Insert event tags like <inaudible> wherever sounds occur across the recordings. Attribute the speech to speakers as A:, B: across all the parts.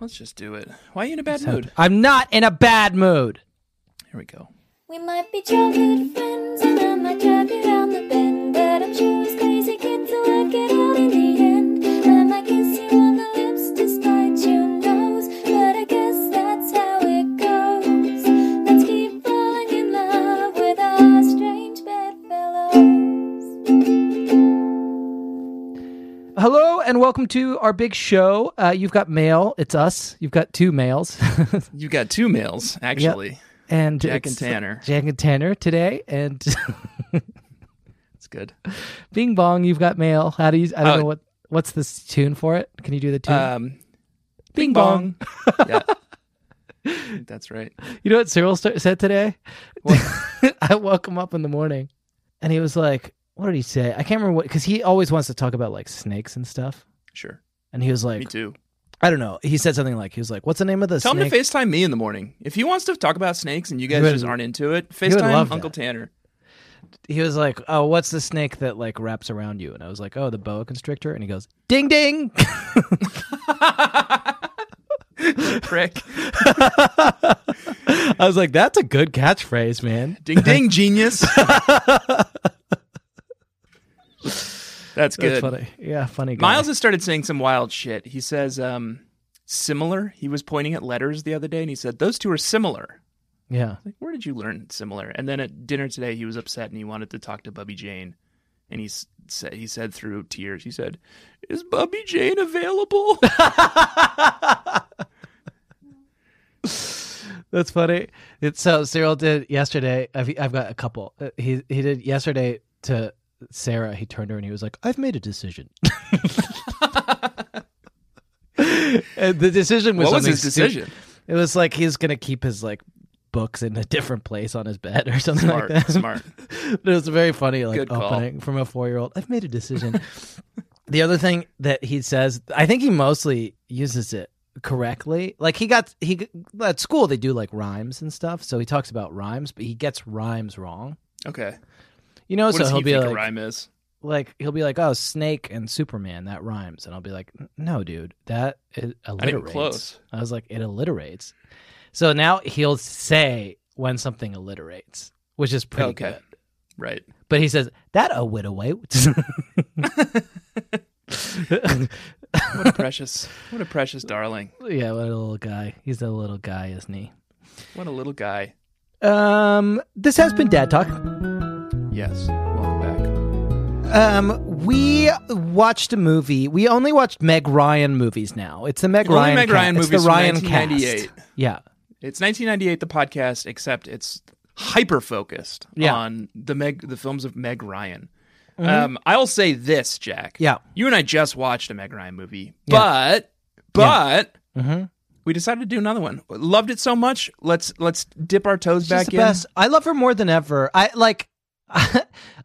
A: Let's just do it. Why are you in a bad mood?
B: I'm not in a bad mood.
A: Here we go.
C: We might be childhood friends, and I might drive you round the bend. But I'm sure as crazy kids will work it out in the end. I might kiss you on the lips despite your nose. But I guess that's how it goes. Let's keep falling in love with our strange bedfellows.
B: Hello and welcome to our big show. Uh, you've got mail. It's us. You've got two males.
A: You got two males, actually.
B: <laughs> and
A: Jack and
B: it's
A: Tanner.
B: Jack and Tanner today. And <laughs>
A: It's good.
B: Bing Bong, you've got mail. How do you? I don't
A: Oh.
B: know what. What's this tune for it? Can you do the tune? <laughs>
A: Um,
B: Bing Bong.
A: <laughs> yeah.
B: <laughs>
A: I think That's right.
B: You know what Cyril st- said today? <laughs> I woke him up in the morning and he was like, What did he say? I can't remember what, because he always wants to talk about like snakes and stuff.
A: Sure.
B: And he was
A: Me
B: like,
A: too.
B: I don't know. He said something like, He was like, What's the name of the
A: Tell
B: snake?
A: him to FaceTime me in the morning. If he wants to talk about snakes and you guys
B: would-
A: just aren't into it,
B: would love
A: FaceTime Uncle
B: that.
A: Tanner.
B: he was like, Oh, what's the snake that like wraps around you? And I was like, Oh, the boa constrictor. And he goes, Ding ding. <laughs> <laughs>
A: Prick.
B: I was like, That's a good catchphrase, man.
A: Ding ding,
B: <laughs>
A: genius. That's good.
B: That's funny. Yeah, funny. Guy.
A: Miles has started saying some wild shit. He says, um, similar. He was pointing at letters the other day and he said, those two are similar.
B: Yeah.
A: Like, where did you learn similar? And then at dinner today, he was upset and he wanted to talk to Bubby Jane. And he s- said, he said through tears, he said, Is Bubby Jane available?
B: <laughs> That's funny. It's so Cyril did yesterday. I've I've got a couple. Uh, He he did yesterday to Sarah. He turned to her and he was like, "I've made a decision." <laughs> And the decision was
A: what was
B: something
A: his
B: stu-
A: decision?
B: It was like he's gonna keep his like books in a different place on his bed or something
A: Smart,
B: like that.
A: smart.
B: but it was a very funny like
A: Good call.
B: opening from a four year old. I've made a decision. <laughs> the other thing that he says, I think he mostly uses it correctly. Like he got he at school they do like rhymes and stuff, so he talks about rhymes, but he gets rhymes wrong. <laughs>
A: Okay.
B: You know,
A: What
B: so
A: does
B: he'll
A: he
B: be
A: think a
B: like,
A: rhyme is?
B: like he'll be like, oh, snake and Superman that rhymes, and I'll be like, no, dude, that it
A: Not even
B: alliterates.
A: close.
B: I was like, it alliterates. So now he'll say when something alliterates, which is pretty
A: Okay.
B: good. <laughs>
A: Right.
B: But he says that a widow
A: What a precious, what a precious darling.
B: <laughs> yeah, what a little guy. He's a little guy, isn't he?
A: What a little guy.
B: Um, this has been Dad Talk.
A: Yes. Welcome back.
B: Um, we watched a movie. We only watched Meg Ryan movies now. It's the Meg
A: Only
B: Ryan.
A: Meg
B: ca-
A: Ryan
B: it's
A: movies
B: the
A: from
B: Ryan
A: 1998.
B: cast. Yeah,
A: It's 1998, the podcast, except it's hyper focused
B: Yeah. Mm-hmm.
A: on the Meg, the films of Meg Ryan. Um, I'll say this, Jack.
B: Yeah.
A: you and I just watched a Meg Ryan movie,
B: Yeah.
A: but but
B: Mhm.
A: we decided to do another one. Loved it so much. Let's let's dip our toes
B: she's
A: back
B: the
A: in.
B: best. I love her more than ever. I like. <laughs>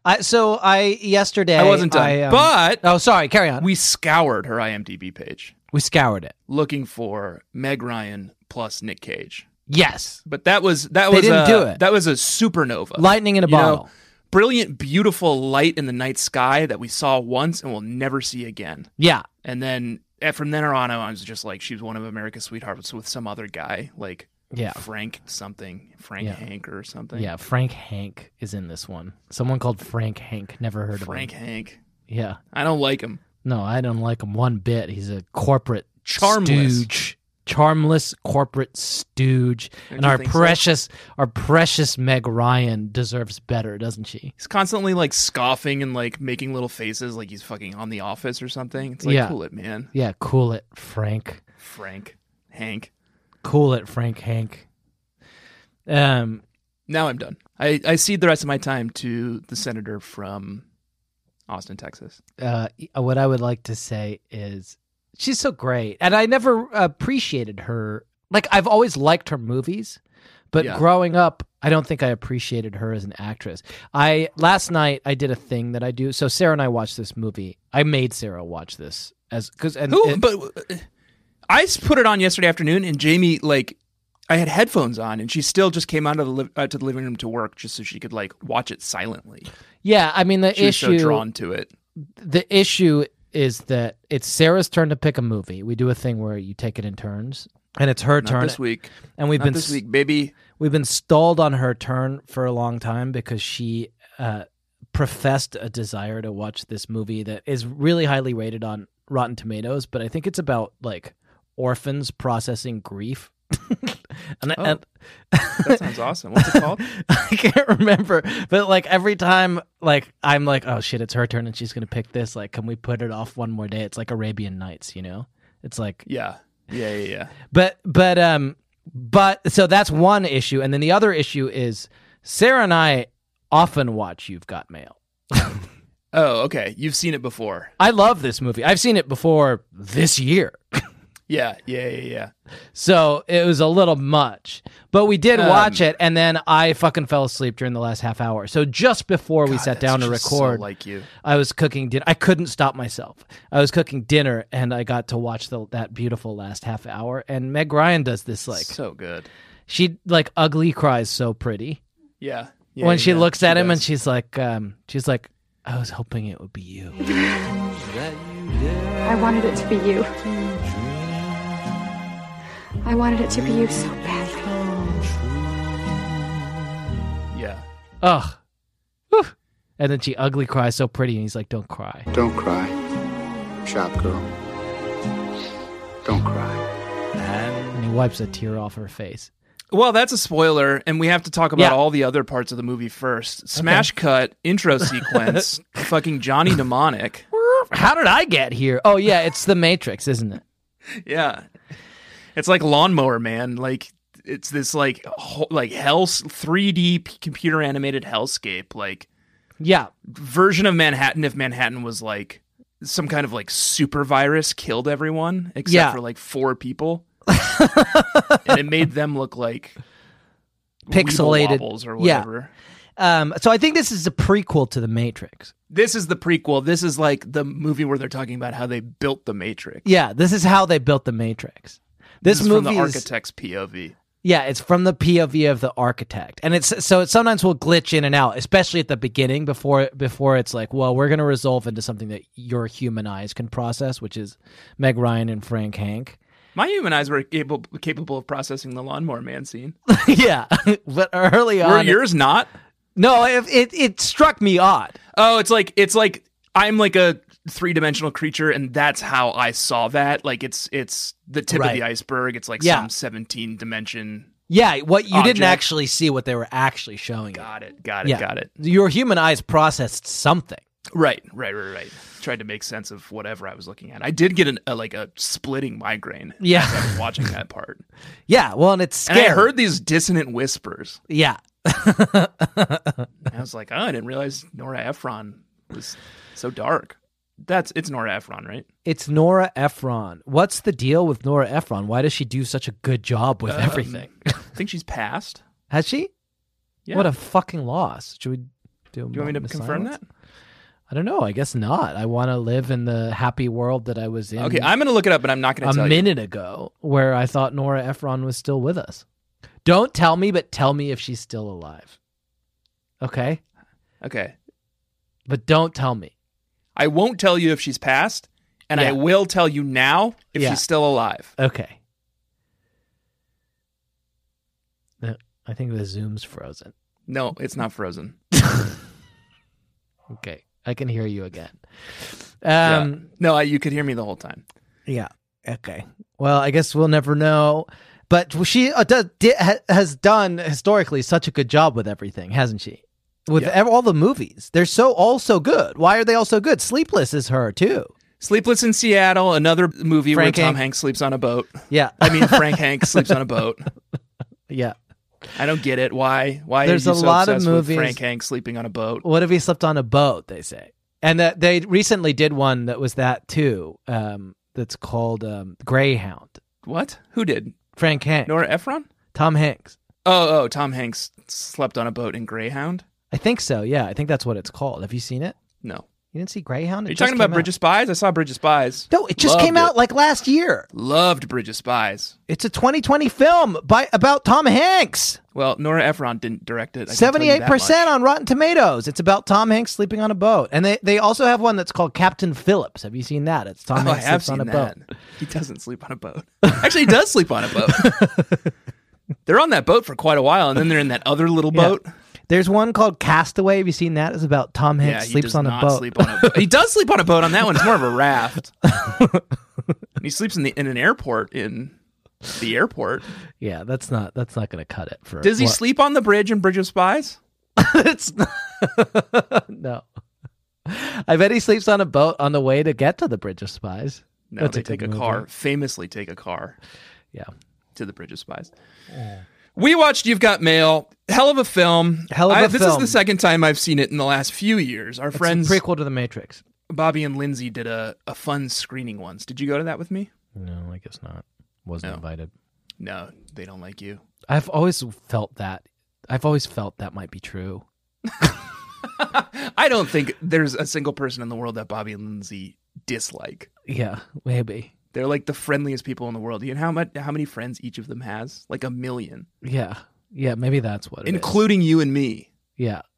B: I so I yesterday
A: I wasn't done,
B: um,
A: but
B: oh sorry, carry on. We,
A: we scoured her IMDb page
B: we scoured it.
A: looking for Meg Ryan plus Nick Cage.
B: Yes,
A: But that was that
B: They
A: was
B: didn't
A: a,
B: do it.
A: That was a supernova.
B: lightning in a
A: You know,
B: bottle.
A: brilliant, beautiful light in the night sky that we saw once and will never see again.
B: Yeah,
A: And then eh, from then on, I was just like, she's one of America's sweethearts with some other guy, like
B: yeah.
A: Frank something, Frank
B: Yeah.
A: Hank or something.
B: Yeah, Frank Hank is in this one. Someone called Frank Hank. Never heard of
A: Frank
B: him.
A: Hank.
B: Yeah.
A: I don't like him.
B: No, I don't like him one bit. He's a corporate
A: Charmless.
B: stooge. Charmless corporate stooge.
A: Don't
B: and
A: you
B: our
A: think so?
B: precious our precious Meg Ryan deserves better, doesn't she?
A: He's constantly like scoffing and like making little faces like he's fucking on the office or something. It's like,
B: Yeah.
A: cool it, man.
B: Yeah, cool it, Frank.
A: Frank Hank.
B: Cool it, Frank Hank. Um
A: Now I'm done. I, I cede the rest of my time to the senator from Austin, Texas.
B: uh, what I would like to say is she's so great, and I never appreciated her. Like I've always liked her movies, but
A: Yeah.
B: growing up, I don't think I appreciated her as an actress. I last night I did a thing that I do. So Sarah and I watched this movie. I made Sarah watch this as because and
A: Who?
B: and-
A: but uh, I s- put it on yesterday afternoon, and Jamie like I had headphones on, and she still just came out of the li- uh, to the living room to work just so she could like watch it silently.
B: yeah, I mean the
A: She was
B: issue
A: so drawn to it.
B: the issue is that it's Sarah's turn to pick a movie. We do a thing where you take it in turns, and it's her
A: Not
B: turn.
A: this week.
B: And we've
A: Not
B: been
A: this
B: s-
A: week, baby.
B: we've been stalled on her turn for a long time because she uh, professed a desire to watch this movie that is really highly rated on Rotten Tomatoes, but I think it's about like orphans processing grief. <laughs> and,
A: Oh.
B: and-
A: That sounds awesome. What's it called?
B: <laughs> I can't remember, but like every time, like I'm like, oh shit, it's her turn and she's gonna pick this. Like, can we put it off one more day? It's like Arabian Nights, you know? It's like
A: Yeah. Yeah, yeah, yeah.
B: but but um but so that's one issue and then the other issue is sarah and i often watch you've got mail
A: Oh, okay. You've seen it before.
B: i love this movie i've seen it before this year <laughs>
A: Yeah, yeah, yeah, yeah.
B: so it was a little much but we did
A: Um,
B: watch it and then i fucking fell asleep during the last half hour so just before we
A: God,
B: sat
A: that's
B: down to
A: just so
B: record
A: like you.
B: i was cooking dinner i couldn't stop myself i was cooking dinner and i got to watch the, that beautiful last half hour and meg ryan does this like
A: so good.
B: she like ugly cries so pretty
A: Yeah. yeah,
B: when
A: yeah,
B: she
A: yeah.
B: looks at him
A: does.
B: and she's like, um, she's like, I was hoping it would be you.
D: I wanted it to be you. I wanted it to be you so badly.
A: Yeah.
B: Ugh. Whew. And then she ugly cries so pretty, and he's like, Don't cry.
E: Don't cry, shop girl. Don't cry.
B: And he wipes a tear off her face.
A: Well, that's a spoiler, and we have to talk about
B: Yeah.
A: all the other parts of the movie first. Smash cut, intro
B: <laughs>
A: sequence, fucking Johnny Mnemonic.
B: How did I get here? Oh yeah, it's the Matrix, isn't it?
A: Yeah. It's like Lawnmower Man. Like it's this like ho- like hell 3D p- computer animated hellscape like
B: Yeah.
A: version of Manhattan if Manhattan was like some kind of like super virus killed everyone except
B: Yeah.
A: for like four people. and it made them look like
B: <laughs> Pixelated.
A: Weeblewobbles or
B: Yeah.
A: whatever.
B: Um, so I think this is a prequel to the Matrix.
A: This is the prequel. This is like the movie where they're talking about how they built the Matrix.
B: Yeah, this is how they built the Matrix. This,
A: this is from
B: movie
A: the
B: is
A: architect's POV.
B: Yeah, it's from the POV of the architect, and it's so it sometimes will glitch in and out, especially at the beginning before before it's like, well, we're going to resolve into something that your human eyes can process, which is Meg Ryan and Frank Hank. <laughs>
A: My human eyes were able, capable of processing the lawnmower man scene.
B: yeah, <laughs> but early
A: Were
B: on,
A: yours not?
B: no, it, it it struck me odd.
A: Oh, it's like it's like I'm like a three dimensional creature, and that's how I saw that. Like it's it's the tip of
B: Right.
A: the iceberg. It's like
B: Yeah.
A: some seventeen dimension.
B: Yeah, what you
A: Object.
B: didn't actually see what they were actually showing. you.
A: Got it. Got it.
B: Yeah.
A: Got it.
B: Your human eyes processed something.
A: Right. Right. Right. Right. Tried to make sense of whatever I was looking at. I did get an, a like a splitting migraine.
B: Yeah.
A: as I was watching that part,
B: Yeah, well, and it's
A: and
B: scary.
A: I heard these dissonant whispers.
B: yeah,
A: And I was like, oh, I didn't realize Nora Ephron was so dark. That's it's Nora Ephron, right?
B: It's Nora Ephron. What's the deal with Nora Ephron? Why does she do such a good job
A: Um,
B: with Uh, everything?
A: I think she's passed.
B: Has she?
A: Yeah.
B: What a fucking loss. Should we do?
A: Do you want me to confirm that?
B: I don't know. I guess not. I want to live in the happy world that I was in
A: Okay, I'm gonna look it up, but I'm not gonna
B: a
A: tell
B: minute ago, where I thought Nora Ephron was still with us. Don't tell me, but tell me if she's still alive. Okay,
A: you. Okay,
B: but don't tell me.
A: I won't tell you if she's passed, and
B: Yeah.
A: I will tell you now if
B: Yeah.
A: she's still alive.
B: Okay. Uh, I think the Zoom's frozen.
A: No, it's not frozen.
B: Okay, I can hear you again.
A: Yeah.
B: Um,
A: no, I, you could hear me the whole time.
B: yeah. Okay. Well, I guess we'll never know. But she uh, does, di- ha- has done historically such a good job with everything, hasn't she? With
A: Yeah.
B: ev- all the movies, they're so all so good. Why are they all so good? Sleepless is her too.
A: Sleepless in Seattle, another movie
B: Frank
A: where Tom
B: Hank-
A: Hanks sleeps on a boat.
B: Yeah,
A: I mean, Frank Hanks sleeps on a boat.
B: yeah.
A: I don't get it. Why? Why
B: There's
A: are
B: a
A: you so
B: lot of
A: obsessed
B: movies-
A: with Frank Hanks sleeping on a boat?
B: What if he slept on a boat? They say, and that they recently did one that was that too. Um, that's called um, Greyhound.
A: What? Who did?
B: Frank Hanks,
A: Nora Ephron?
B: Tom Hanks.
A: Oh, oh, Tom Hanks slept on a boat in Greyhound.
B: I think so. Yeah, I think that's what it's called. Have you seen it?
A: No,
B: You didn't see Greyhound? It
A: Are you
B: just
A: talking about
B: came out.
A: Bridge of Spies? I saw Bridge of Spies.
B: No, it just
A: Loved
B: came
A: it.
B: out like last year.
A: Loved Bridge of Spies.
B: It's a 2020 film by about Tom Hanks.
A: Well, Nora Ephron didn't direct it. I can tell you that
B: Seventy-eight percent
A: much.
B: on Rotten Tomatoes. It's about Tom Hanks sleeping on a boat, and they, they also have one that's called Captain Phillips. Have you seen that? It's Tom
A: Oh, I
B: Hanks
A: have
B: sleeps on
A: seen
B: a
A: that.
B: boat.
A: He doesn't sleep on a boat. Actually, he does sleep on a boat.
B: <laughs>
A: they're on that boat for quite a while, and then they're in that other little
B: Yeah.
A: boat.
B: There's one called Castaway. Have you seen that? It's about Tom
A: Yeah,
B: Hanks
A: he
B: sleeps
A: does
B: on a
A: not
B: boat.
A: sleep on a boat. <laughs> He does sleep on a boat on that one. It's more of a <laughs> raft. And he sleeps in the in an airport in the airport.
B: yeah, that's not that's not going to cut it for.
A: Does he
B: what-
A: sleep on the bridge in Bridge of Spies? <laughs>
B: it's not- <laughs> no. I bet he sleeps on a boat on the way to get to the Bridge of Spies.
A: No,
B: That's
A: they
B: a good
A: take a
B: movie.
A: car. Famously, take a car
B: Yeah,
A: to the Bridge of Spies. We watched You've Got Mail. Hell of a film.
B: Hell of
A: I-
B: a
A: this
B: film.
A: is the second time I've seen it in the last few years. Our friends
B: it's a prequel to the Matrix.
A: Bobby and Lindsay did a, a fun screening once. Did you go to that with me?
B: No, I guess not. Wasn't
A: No.
B: invited.
A: No, they don't like you.
B: I've always felt that. I've always felt that might be true.
A: I don't think there's a single person in the world that Bobby and Lindsay dislike.
B: Yeah, maybe.
A: They're like the friendliest people in the world. You know how much how many friends each of them has? Like a million,
B: Yeah. Yeah, maybe that's what it is.
A: including you and me.
B: Yeah. <laughs>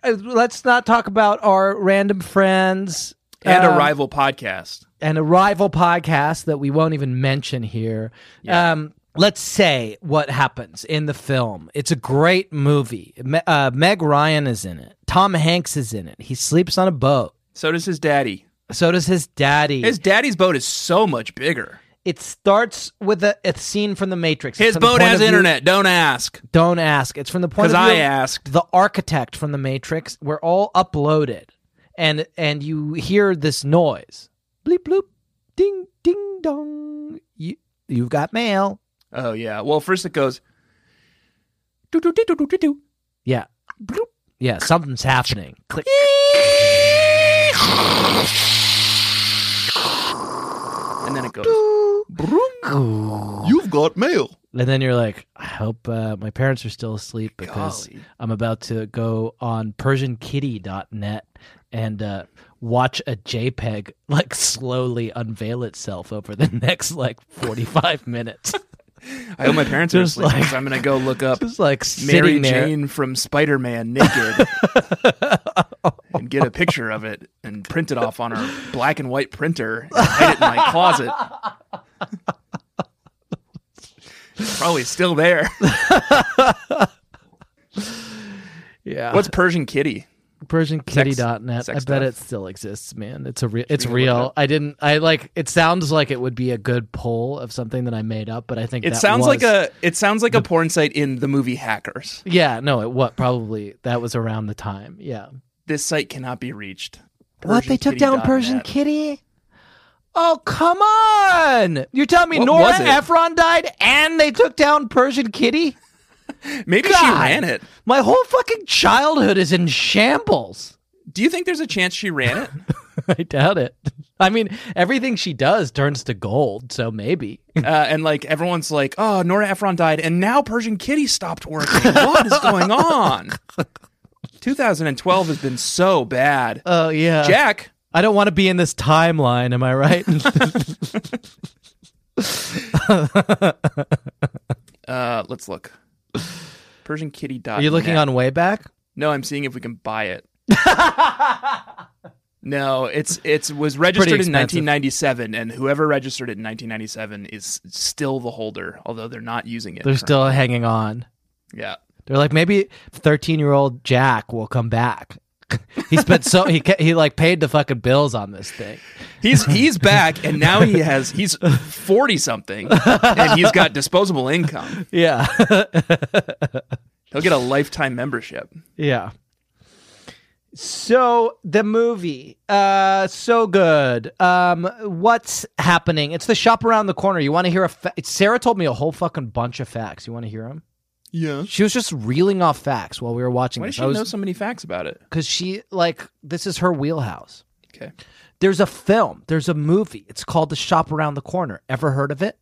B: Uh, Let's not talk about our random friends
A: And a
B: um,
A: rival podcast.
B: and a rival podcast that we won't even mention here.
A: Yeah.
B: Um, let's say what happens in the film. It's a great movie. Me- uh, Meg Ryan is in it. Tom Hanks is in it. He sleeps on a boat.
A: So does his daddy.
B: So does his daddy.
A: His daddy's boat is so much bigger.
B: it starts with a, a scene from The Matrix. It's
A: His
B: from the
A: boat
B: point of
A: has
B: view-
A: internet. Don't ask.
B: Don't ask. It's from the point of
A: Because I
B: view. of-
A: asked.
B: the architect from the matrix we're all uploaded and and you hear this noise bleep bloop ding ding dong you you've got mail
A: Oh yeah. Well, first it goes. "Doo, doo, doo, doo, doo, doo, doo."
B: yeah bloop. yeah something's happening click
A: And then it goes. "Broom." You've got mail.
B: and then you're like i hope uh, my parents are still asleep because
A: Golly.
B: i'm about to go on persiankitty.net and uh watch a jpeg like slowly unveil itself over the <laughs> next like 45 minutes <laughs>
A: I hope my parents are
B: Just
A: asleep.
B: like-
A: so I'm gonna go look up
B: <laughs> just like
A: Mary
B: sitting there
A: Jane from Spider Man naked
B: <laughs>
A: and get a picture of it and print it off on our black and white printer and hide it in my closet. It's Probably still there.
B: Yeah.
A: What's Persian Kitty?
B: PersianKitty.net?
A: sex
B: I bet
A: stuff.
B: it still exists, man. It's a real. It's
A: we look it
B: real.
A: up?
B: I didn't. I like. It sounds like it would be a good poll of something that I made up, but I think
A: It
B: that
A: sounds like
B: was-
A: a it sounds like a porn site in the movie Hackers.
B: Yeah. No. It what probably that was around the time. Yeah.
A: This site cannot be reached.
B: what they took down Persian
A: PersianKitty.net.
B: Kitty. Oh come on! You're telling me
A: What
B: Nora
A: was it?
B: Ephron died and they took down Persian Kitty?
A: Maybe she
B: God.
A: ran it.
B: My whole fucking childhood is in shambles.
A: Do you think there's a chance she ran it?
B: <laughs> I doubt it. I mean, everything she does turns to gold, so maybe.
A: uh, and like everyone's like, "Oh, Nora Ephron died, and now Persian Kitty stopped working. What is going on?" <laughs> 2012 has been so bad.
B: <laughs> Oh yeah.
A: Jack,
B: I don't want to be in this timeline, am I <laughs> right?
A: uh, let's look. Persian Kitty died.
B: Are you looking on Wayback?
A: No, I'm seeing if we can buy it.
B: <laughs>
A: no, it's it's was registered in
B: expensive.
A: 1997, and whoever registered it in 1997 is still the holder, although they're not using it.
B: They're
A: currently.
B: still hanging on.
A: yeah.
B: They're like maybe 13-year-old Jack will come back. <laughs> he spent so he ca- he like paid the fucking bills on this thing.
A: He's he's back, and now
B: <laughs>
A: he has he's 40 something, and he's got disposable income.
B: Yeah.
A: He'll get a lifetime membership.
B: yeah. So the movie, uh, so good. Um, what's happening? It's the shop around the corner. You want to hear a? Fa- Sarah told me a whole fucking bunch of facts. You want to hear them?
A: Yeah.
B: She was just reeling off facts while we were watching
A: Why does
B: this.
A: she
B: I
A: know
B: was
A: so many facts about it?
B: because she like this is her wheelhouse.
A: Okay.
B: There's a film. There's a movie. It's called The Shop Around the Corner. Ever heard of it?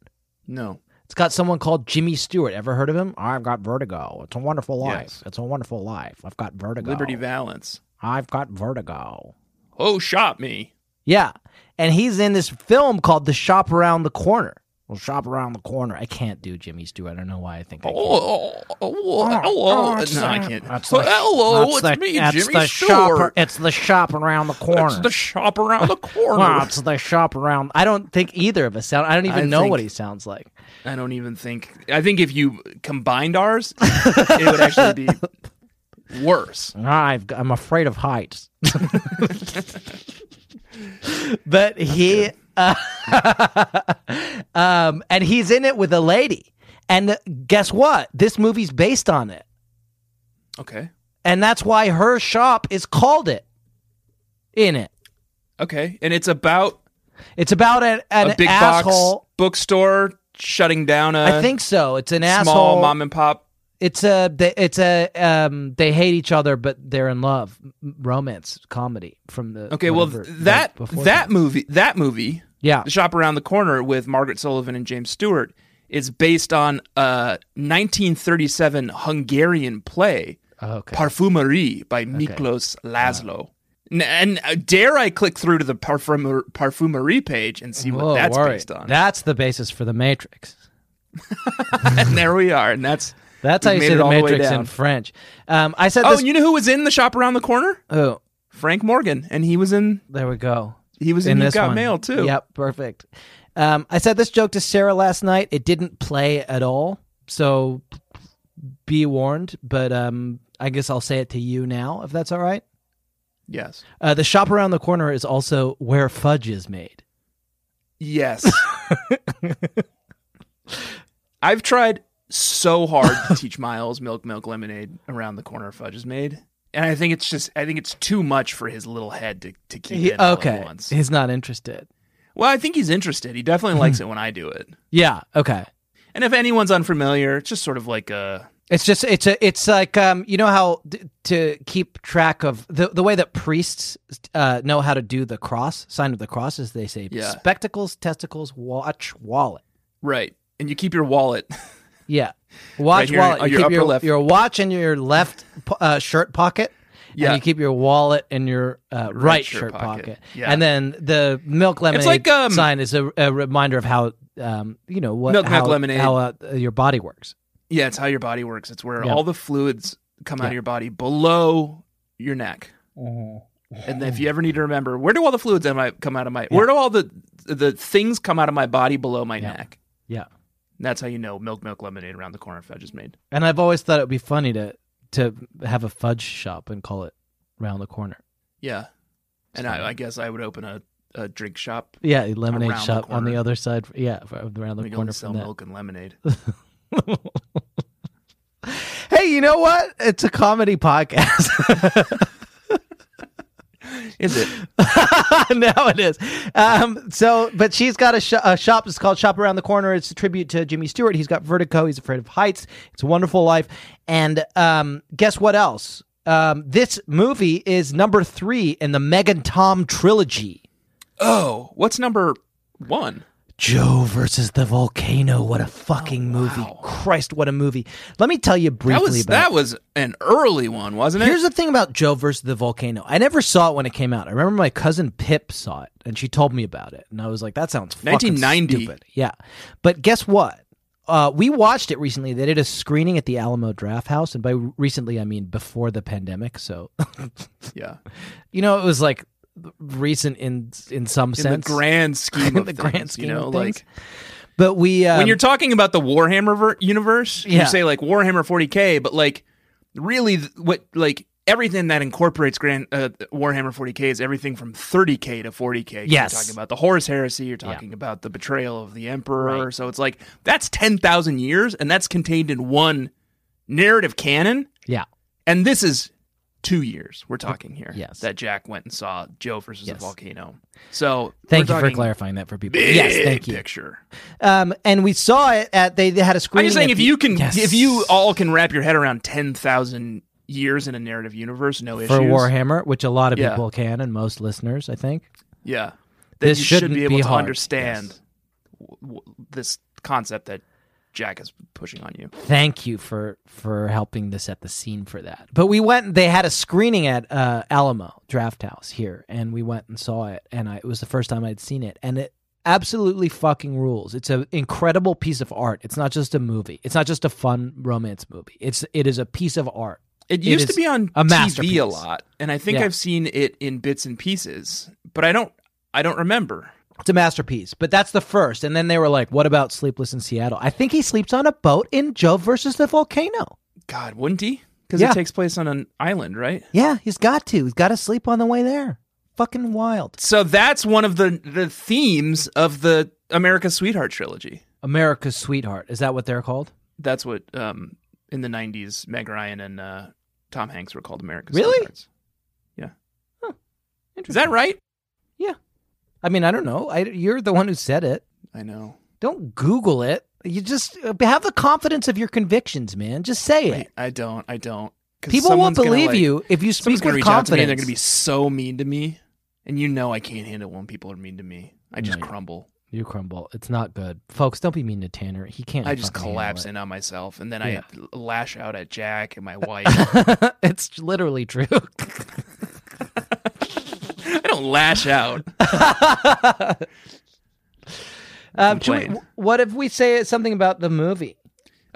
A: No.
B: It's got someone called Jimmy Stewart. Ever heard of him? I've got vertigo. It's a wonderful life.
A: Yes.
B: It's a wonderful life. I've got vertigo.
A: Liberty Valance.
B: I've got vertigo.
A: Oh, shot me.
B: Yeah. And he's in this film called The Shop Around the Corner. Well, Shop Around the Corner. I can't do Jimmy Stewart. I don't know why I think I can.
A: Oh, oh, oh, hello.
B: it's
A: no, I
B: the-
A: can't.
B: that's
A: Oh,
B: the-
A: hello, it's
B: that's the-
A: me,
B: that's
A: Jimmy
B: the
A: Stewart.
B: Shop, it's the shop around the corner.
A: It's the shop around the corner.
B: <laughs> Well, it's the shop around. I don't think either of us sound. I don't even
A: I
B: know
A: think-
B: what he sounds like.
A: I don't even think. I think if you combined ours, it would actually be
B: <laughs>
A: worse.
B: I've, I'm afraid
A: <laughs>
B: of heights. but he, uh, <laughs> um, and he's in it with a lady. And uh, guess what? This movie's based on it,
A: Okay.
B: and that's why her shop is called it. In it,
A: Okay. And it's about
B: it's about an, an
A: a big
B: asshole.
A: box bookstore shutting down a
B: I think so. It's an
A: small
B: asshole.
A: mom and pop.
B: It's a they- it's a um they hate each other but they're in love M- romance comedy from the
A: Okay, well
B: whatever,
A: th- that
B: the-
A: that,
B: before
A: movie that movie,
B: yeah
A: The Shop Around the Corner with Margaret Sullivan and James Stewart is based on a 1937 Hungarian play
B: Oh, okay
A: Parfumerie by Miklos Laszlo. N- And uh, dare I click through to the parfumer- parfumerie page and see what
B: Whoa,
A: that's
B: worry.
A: based on?
B: that's the basis for the Matrix
A: <laughs> and there we are. And that's
B: that's
A: We've
B: how you
A: made
B: say
A: it
B: the
A: all the way
B: Matrix in
A: down.
B: French um I said
A: oh,
B: <laughs> this
A: and you know who was in the shop around the corner?
B: oh
A: Frank Morgan, and he was in
B: there we go
A: he was in,
B: in
A: You
B: this
A: Got
B: one.
A: Mail too.
B: yep perfect um I said this joke to Sarah last night it didn't play at all so be warned but um I guess I'll say it to you now if that's all right.
A: Yes.
B: Uh, the shop around the corner is also where fudge is made.
A: Yes. <laughs> I've tried so hard to teach Miles milk, milk, lemonade around the corner fudge is made. And I think it's just I think it's too much for his little head to, to keep
B: He-
A: in all at
B: okay,
A: once.
B: he's not interested.
A: Well, I think he's interested. He definitely likes it when I do it.
B: Yeah, okay.
A: And if anyone's unfamiliar, it's just sort of like a
B: It's just it's a it's like um you know how d- to keep track of the the way that priests uh, know how to do the cross sign of the cross is they say
A: Yeah.
B: spectacles testicles watch wallet
A: right. And you keep your wallet. <laughs>
B: yeah watch
A: here
B: wallet
A: on your
B: you keep
A: upper
B: your
A: left.
B: your watch in your left po- uh, shirt pocket
A: Yeah.
B: and you keep your wallet in your uh, right, shirt, pocket,
A: Yeah.
B: and then the milk lemonade
A: like, um,
B: sign is a, a reminder of how um you know what
A: Milk, milk
B: how,
A: lemonade.
B: how uh, your body works
A: Yeah, it's how your body works. It's where
B: Yeah.
A: all the fluids come out of
B: Yeah. Mm-hmm.
A: your body below your neck. And if you ever need to remember, where do all the fluids in my- come out of my? Where do all the the things come out of my body below my
B: Yeah.
A: neck?
B: yeah
A: And that's how you know milk, milk, lemonade around the corner fudge is made.
B: and I've always thought it would be funny to to have a fudge shop and call it round the corner
A: Yeah, and I, I guess I would open a, a drink shop.
B: yeah a lemonade
A: Around the
B: shop on the
A: corner.
B: other side yeah around the
A: We
B: corner
A: only sell
B: from that.
A: milk and
B: <laughs>
A: lemonade.
B: hey you know what it's a comedy podcast <laughs>
A: Is it?
B: now it is. Um, so, but she's got a, sh- a shop. It's called Shop Around the Corner. It's a tribute to Jimmy Stewart. He's got vertigo. He's afraid of heights. It's a wonderful life. And um, guess what else? Um, this movie is number three in the Megan Tom trilogy.
A: Oh, what's number one?
B: Joe versus the volcano. What a fucking movie! Christ, what a movie! Let me tell you briefly
A: Oh, That was
B: about
A: that was an early one, wasn't it?
B: Here's the thing about Joe versus the volcano. I never saw it when it came out. I remember my cousin Pip saw it and she told me about it, and I was like, "That sounds fucking
A: 1990.
B: stupid." Yeah, but guess what? Uh, we watched it recently. They did a screening at the Alamo Draft House, and by recently I mean before the pandemic. So, <laughs>
A: yeah,
B: you know, it was like recent in in some
A: in
B: sense.
A: the grand scheme
B: <laughs> In
A: of
B: the
A: things,
B: grand scheme
A: you know,
B: of
A: like.
B: things. but we um,
A: when you're talking about the Warhammer ver- universe,
B: Yeah.
A: you say like Warhammer 40k, but like really, th- what like everything that incorporates Grand uh, Warhammer 40k is everything from 30k to 40k.
B: Yes.
A: you're talking about the Horus Heresy, you're talking about the betrayal of the Emperor. So it's like that's ten thousand years, and that's contained in one narrative canon.
B: yeah,
A: And this is two years we're talking here.
B: Yes.
A: that Jack went and saw Joe versus
B: Yes.
A: the volcano. So
B: thank
A: we're
B: you for
A: talking
B: clarifying that for people.
A: Big
B: yes, thank you.
A: Picture.
B: Um, and we saw it at they, they had a
A: I'm
B: screening.
A: just saying,
B: at
A: if
B: the-
A: you can,
B: Yes.
A: if you all can wrap your head around ten thousand years in a narrative universe, no issues.
B: for Warhammer, which a lot of
A: Yeah.
B: people can, and most listeners, I think.
A: yeah, then
B: This
A: you should
B: shouldn't
A: be able
B: be
A: to
B: hard,
A: understand w- w- this concept that Jack is pushing on you.
B: Thank you for for helping to set the scene for that. But we went. They had a screening at uh, Alamo Draft House here, and we went and saw it. And I, it was the first time I'd seen it, and it absolutely fucking rules. It's an incredible piece of art. It's not just a movie. It's not just a fun romance movie. It's it is a piece of art.
A: It used
B: is
A: to be on
B: a
A: TV
B: masterpiece.
A: a lot, and I think
B: Yeah.
A: I've seen it in bits and pieces, but I don't I don't remember.
B: It's a masterpiece. But that's the first. And then they were like, "What about Sleepless in Seattle?" I think he sleeps on a boat in Joe versus the volcano.
A: God, wouldn't he? Because
B: Yeah.
A: it takes place on an island, right?
B: Yeah, he's got to. He's got to sleep on the way there. Fucking wild.
A: So that's one of the the themes of the America Sweetheart trilogy.
B: America's Sweetheart. Is that what they're called?
A: That's what um in the '90s Meg Ryan and uh, Tom Hanks were called America
B: Really?
A: Sweethearts. Yeah. Is that right?
B: I mean, I don't know. I, you're the one who said it.
A: I know.
B: Don't Google it. You just uh, have the confidence of your convictions, man. Just say it.
A: Wait, I don't. I don't. 'Cause
B: People
A: someone's
B: won't
A: gonna,
B: believe
A: like-
B: you if you
A: Someone's
B: speak
A: gonna
B: with
A: reach out to me.
B: confidence.
A: and They're gonna be so mean to me, and you know I can't handle when people are mean to me. I just
B: No, you-
A: crumble.
B: you crumble. It's not good, folks. Don't be mean to Tanner. He can't.
A: I just
B: fucking handle
A: collapse
B: it.
A: in on myself, and then
B: Yeah.
A: I lash out at Jack and
B: <laughs>
A: my <laughs> wife.
B: it's literally true. <laughs>
A: I don't lash out.
B: um, should we-
A: Complain.
B: what if we say something about the movie?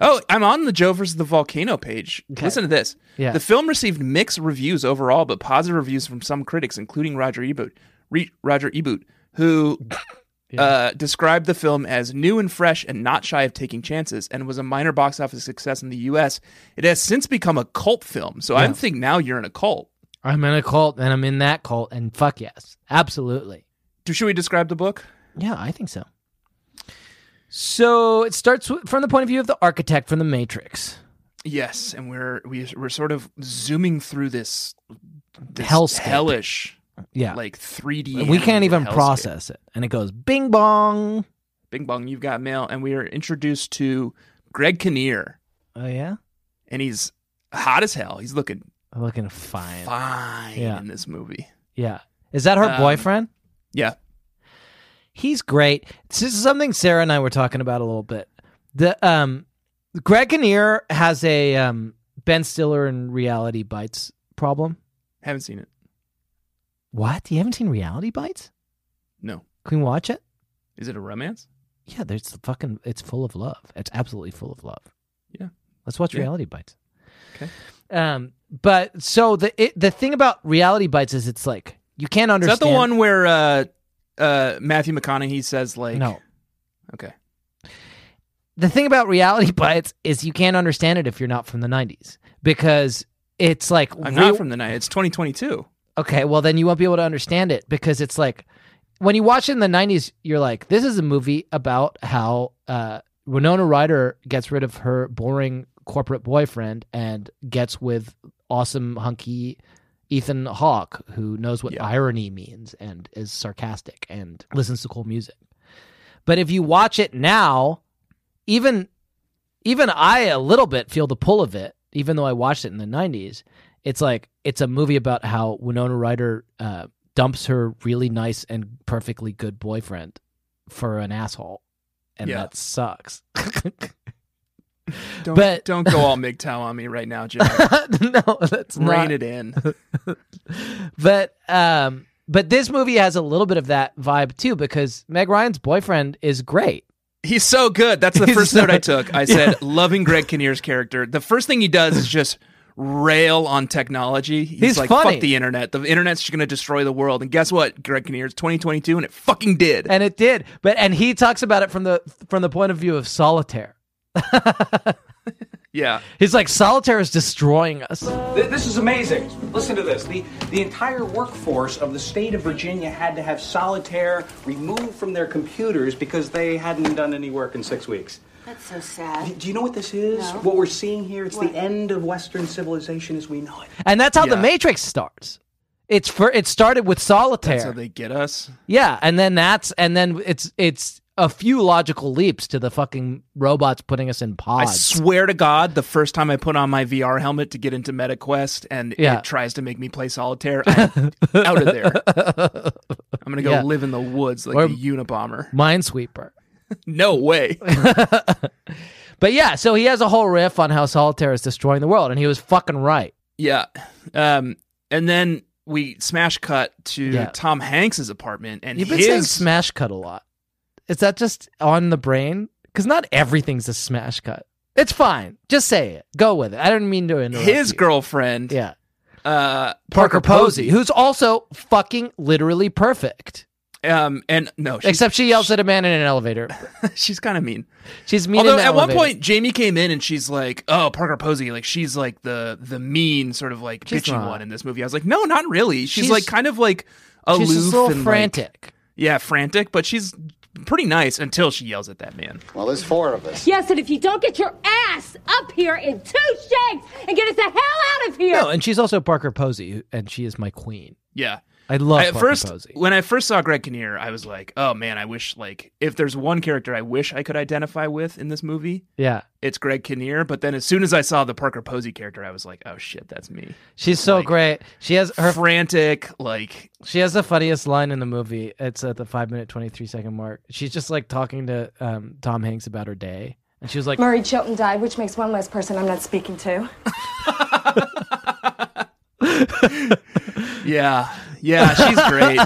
A: Oh, I'm on the Joe versus the Volcano page.
B: Okay.
A: Listen to this.
B: Yeah.
A: The film received mixed reviews overall, but positive reviews from some critics, including Roger Ebert, Re- Roger Ebert, who
B: <coughs>
A: uh, described the film as new and fresh and not shy of taking chances, and was a minor box office success in the U.S. It has since become a cult film. So I
B: Yeah.
A: think now you're in a cult.
B: I'm in a cult, and I'm in that cult, and fuck yes, absolutely.
A: Do, should we describe the book?
B: Yeah, I think so. So it starts w- from the point of view of the architect from the Matrix.
A: Yes, and we're we, we're sort of zooming through this, this
B: Hellscape.
A: hellish,
B: Yeah,
A: like 3D.
B: we can't even
A: animated hellscape.
B: process it, and it goes bing bong.
A: Bing Bong, you've got mail, and we are introduced to Greg Kinnear,
B: Oh yeah,
A: and he's hot as hell. He's looking
B: I'm looking fine.
A: fine
B: Yeah.
A: in this movie.
B: Yeah, is that her
A: Um,
B: boyfriend?
A: Yeah,
B: He's great. This is something Sarah and I were talking about a little bit. The um, Greg Kinnear has a um Ben Stiller and Reality Bites problem.
A: haven't seen it.
B: What? You haven't seen Reality Bites?
A: No,
B: Can we watch it?
A: is it a romance?
B: Yeah, there's the fucking. It's full of love. It's absolutely full of love.
A: Yeah.
B: Let's watch
A: Yeah.
B: Reality Bites.
A: Okay.
B: Um, but so the it, the thing about Reality Bites is it's like you can't understand.
A: Is that the one where uh, uh, Matthew McConaughey says like
B: No.
A: Okay,
B: the thing about Reality <laughs> Bites is you can't understand it if you're not from the '90s because it's like
A: I'm
B: real-
A: not from the night. It's 2022.
B: Okay, well then you won't be able to understand it because it's like when you watch it in the '90s, you're like, this is a movie about how uh, Winona Ryder gets rid of her boring corporate boyfriend and gets with awesome hunky Ethan Hawke, who knows what
A: Yeah.
B: irony means and is sarcastic and listens to cool music. But if you watch it now, even even I a little bit feel the pull of it, even though I watched it in the '90s. It's like it's a movie about how Winona Ryder uh, dumps her really nice and perfectly good boyfriend for an asshole, and
A: Yeah. <laughs>
B: that sucks. <laughs>
A: Don't
B: But-
A: don't go all MGTOW on me right now,
B: <laughs>
A: Jack.
B: no, that's
A: Rein
B: not.
A: it in.
B: but um, but this movie has a little bit of that vibe too because Meg Ryan's boyfriend is great.
A: He's so good. That's the
B: He's
A: first
B: so-
A: note I took.
B: <laughs>
A: I said, loving Greg Kinnear's character. The first thing he does is just rail on technology. He's,
B: He's
A: like,
B: funny.
A: fuck the internet. The internet's just going to destroy the world. And guess what, Greg Kinnear? It's 2022, and it fucking did.
B: and it did but and he talks about it from the from the point of view of solitaire
A: yeah.
B: he's like solitaire is destroying us
F: Th- This is amazing. Listen to this. The, the entire workforce of the state of Virginia had to have solitaire removed from their computers because they hadn't done any work in six weeks.
G: That's so sad.
F: Do- Do you know what this is?
G: No.
F: What we're seeing here? It's
G: What?
F: the end of Western civilization as we know it.
B: and that's how the
A: Yeah.
B: matrix starts it's for it started with solitaire
A: So they get us.
B: yeah and then that's and then it's it's a few logical leaps to the fucking robots putting us in
A: I
B: pods
A: swear to God, the first time I put on my VR helmet to get into MetaQuest and
B: Yeah.
A: it tries to make me play
B: <laughs>
A: solitaire, I'm out of there. I'm going to go
B: Yeah.
A: live in the woods like
B: Or-
A: a Unabomber.
B: Minesweeper.
A: No way.
B: <laughs> But yeah, so he has a whole riff on how solitaire is destroying the world, and he was fucking right.
A: Yeah. Um, and then we smash cut to
B: Yeah.
A: Tom Hanks's apartment, and
B: You've been
A: his
B: saying smash cut a lot. Is that just on the brain? Because not everything's a smash cut. It's fine. Just say it. Go with it. I didn't mean to interrupt.
A: his
B: you.
A: girlfriend,
B: yeah,
A: uh,
B: Parker Posey, who's also fucking literally perfect,
A: um, and no, she's,
B: except she yells at a man in an elevator.
A: <laughs> she's kind of mean.
B: She's mean.
A: Although
B: in the
A: at one
B: elevator.
A: point Jamie came in and she's like, "Oh, Parker Posey, like she's like the the mean sort of like
B: She's
A: bitchy
B: not.
A: one in this movie." I was like, "No, not really. She's,
B: She's-
A: like kind of like aloof
B: she's just a little
A: and like-
B: frantic.
A: yeah, frantic, but she's pretty nice until she yells at that man."
E: Well, there's four of us.
G: Yes, and if you don't get your ass up here in two shakes and get us the hell out of here.
B: no, and she's also Parker Posey, and she is my queen.
A: Yeah.
B: I love
A: I- at
B: Parker
A: first,
B: Posey.
A: when I first saw Greg Kinnear, I was like, "Oh man, I wish like if there's one character I wish I could identify with in this movie,
B: Yeah,
A: it's Greg Kinnear." But then as soon as I saw the Parker Posey character, I was like, "Oh shit, that's me."
B: she's so
A: Like,
B: great. She has her
A: frantic, like
B: She has the funniest line in the movie. It's at the five minute twenty three second mark. She's just like talking to um, Tom Hanks about her day, and she was like,
H: Murray Chilton died, which makes one less person I'm not speaking to.
A: yeah, yeah, she's
B: <laughs>
A: great.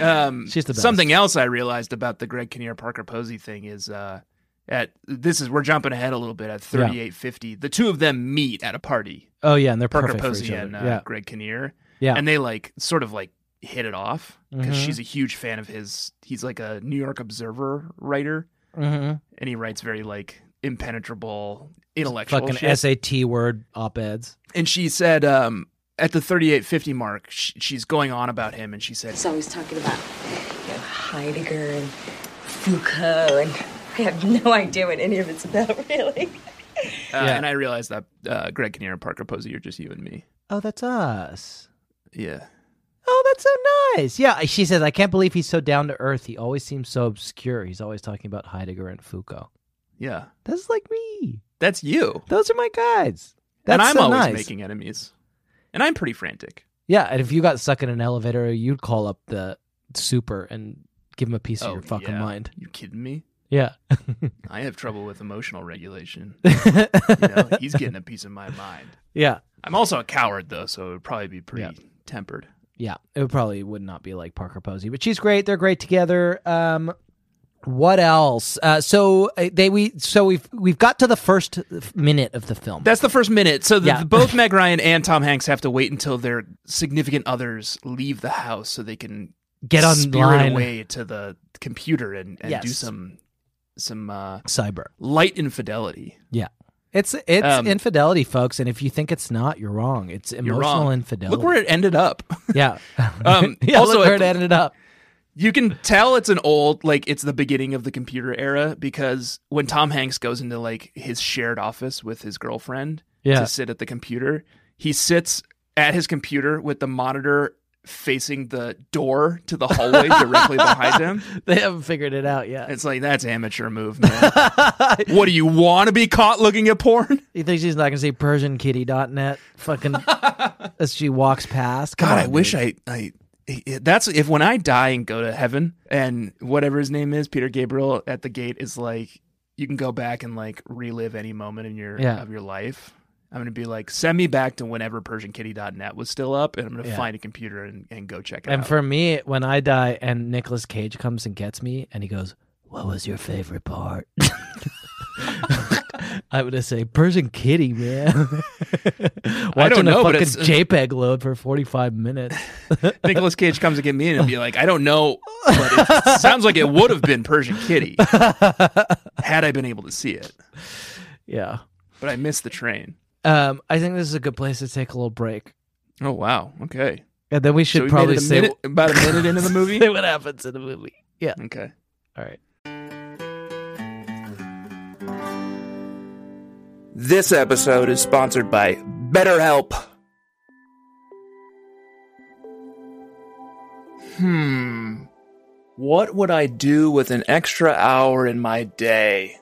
A: um,
B: She's the best.
A: something else I realized about the Greg Kinnear Parker Posey thing is uh, at this is we're jumping ahead a little bit at thirty eight fifty. The two of them meet at a party.
B: "Oh yeah, and they're
A: Parker
B: perfect for
A: Posey
B: each
A: and
B: other."
A: uh,
B: yeah,
A: Greg Kinnear.
B: yeah,
A: and they like sort of like hit it off because
B: Mhm.
A: she's a huge fan of his. He's like a New York Observer writer,
B: Mhm.
A: and he writes very like impenetrable intellectual
B: fucking
A: shit.
B: SAT word op eds.
A: and she said um, at the 3850 mark sh- she's going on about him and she said uh,
I: It's always talking about you know, Heidegger and Foucault, and I have no <laughs> idea what any of it's about, <laughs> really.
A: uh,
B: Yeah.
A: and i realized that uh, greg kinnear and parker posey are just you and me
B: Oh, that's us.
A: yeah
B: Oh, that's so nice. Yeah, she says, "I can't believe he's so down to earth. He always seems so obscure. He's always talking about Heidegger and Foucault.
A: yeah
B: That's like me.
A: that's you
B: Those are my guys. That's
A: and i'm
B: so
A: always
B: nice.
A: making enemies and i'm pretty frantic
B: Yeah, and if you got stuck in an elevator, you'd call up the super and give him a piece of your fucking
A: Oh, yeah.
B: mind.
A: you kidding me
B: Yeah.
A: i have trouble with emotional regulation
B: <laughs>
A: you know he's getting a piece of my mind
B: yeah.
A: i'm also a coward though so it would probably be pretty tempered
B: Yeah. It would probably would not be like Parker Posey, but she's great. They're great together. Um what else? Uh, so uh, they we so we've we've got to the first minute of the film.
A: That's the first minute. So the,
B: Yeah. <laughs>
A: both Meg Ryan and Tom Hanks have to wait until their significant others leave the house so they can
B: Get
A: spirit
B: online.
A: away to the computer and, and do
B: Yes.
A: some some uh,
B: Cyber.
A: light infidelity.
B: Yeah. It's it's
A: Um,
B: infidelity, folks, and if you think it's not, you're wrong. It's
A: You're
B: emotional
A: wrong.
B: infidelity.
A: Look where it ended up. <laughs>
B: <laughs> yeah.
A: Um,
B: yeah,
A: also
B: look where
A: at
B: it
A: the-
B: ended up.
A: you can tell it's an old, like it's the beginning of the computer era because when Tom Hanks goes into like his shared office with his girlfriend
B: Yeah.
A: to sit at the computer, he sits at his computer with the monitor facing the door to the hallway directly behind him.
B: <laughs> They haven't figured it out yet.
A: It's like that's amateur move, man. what do you want to be caught looking at porn?
B: You think she's not gonna see PersianKitty.net? Fucking <laughs> as she walks past. Come
A: God,
B: on,
A: I wish
B: dude.
A: I, I. That's if when I die and go to heaven, and whatever his name is, Peter Gabriel at the gate is like, you can go back and like relive any moment in your
B: Yeah.
A: of your life. I'm gonna be like, send me back to whenever PersianKitty.net was still up, and I'm gonna
B: Yeah.
A: find a computer and, and go check it
B: And
A: out. <laughs>
B: for me, when I die and Nicolas Cage comes and gets me and he goes, What was your favorite part? <laughs> I would just say, Persian kitty, <laughs> man. Watching
A: know,
B: a
A: but
B: fucking
A: it's-
B: JPEG load for 45 minutes.
A: Nicholas Cage comes and get me in and be like, I don't know, but
B: <laughs>
A: it sounds like it would have been Persian Kitty had I been able to see it.
B: <sighs> yeah.
A: But I missed the train.
B: Um, I think this is a good place to take a little break.
A: Oh wow. Okay.
B: And then we should
A: So we
B: probably
A: made it a
B: say, <laughs>
A: minute- about a minute into the movie.
B: say what happens in the movie. Yeah.
A: Okay.
B: All right.
A: This episode is sponsored by BetterHelp. Hmm. What would I do with an extra hour in my day?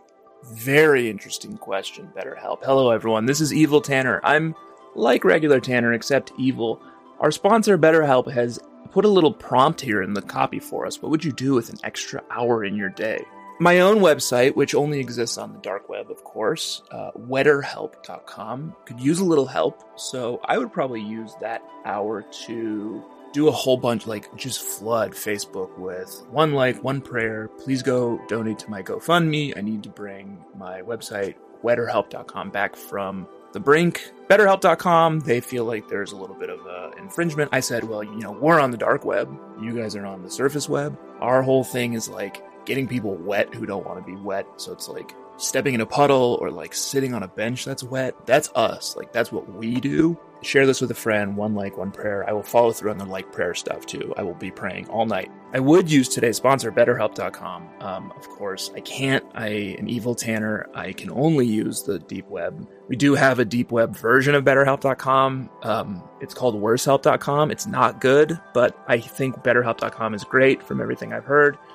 A: Very interesting question, BetterHelp. Hello, everyone. This is Evil Tanner. I'm like regular Tanner, except evil. Our sponsor, BetterHelp, has put a little prompt here in the copy for us. What would you do with an extra hour in your day? my own website, which only exists on the dark web, of course, uh, wetterhelp.com, could use a little help. So I would probably use that hour to do a whole bunch, like just flood Facebook with one like, one prayer. Please go donate to my GoFundMe. I need to bring my website, wetterhelp.com, back from the brink. BetterHelp.com, they feel like there's a little bit of uh, infringement. I said, well, you know, we're on the dark web. You guys are on the surface web. Our whole thing is like getting people wet who don't want to be wet. So it's like stepping in a puddle or like sitting on a bench that's wet. That's us. Like that's what we do. Share this with a friend, one like, one prayer. I will follow through on the like prayer stuff too. I will be praying all night. I would use today's sponsor, BetterHelp.com. Um, of course, I can't. I am evil Tanner. I can only use the deep web. We do have a deep web version of BetterHelp.com. Um, it's called WorseHelp.com. It's not good, but I think BetterHelp.com is great from everything I've heard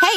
J: Hey,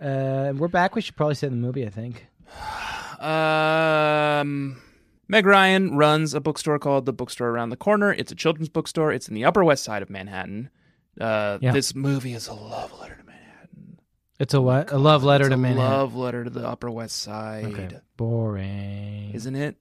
B: Uh, we're back. We should probably say the movie. I think.
A: Um, Meg Ryan runs a bookstore called The Bookstore Around the Corner. It's a children's bookstore. It's in the Upper West Side of Manhattan. Uh,
B: Yeah.
A: This movie is a love letter to Manhattan.
B: It's a what? A love letter
A: It's
B: to
A: a
B: Manhattan.
A: Love letter to the Upper West Side,
B: Okay. Boring.
A: isn't it?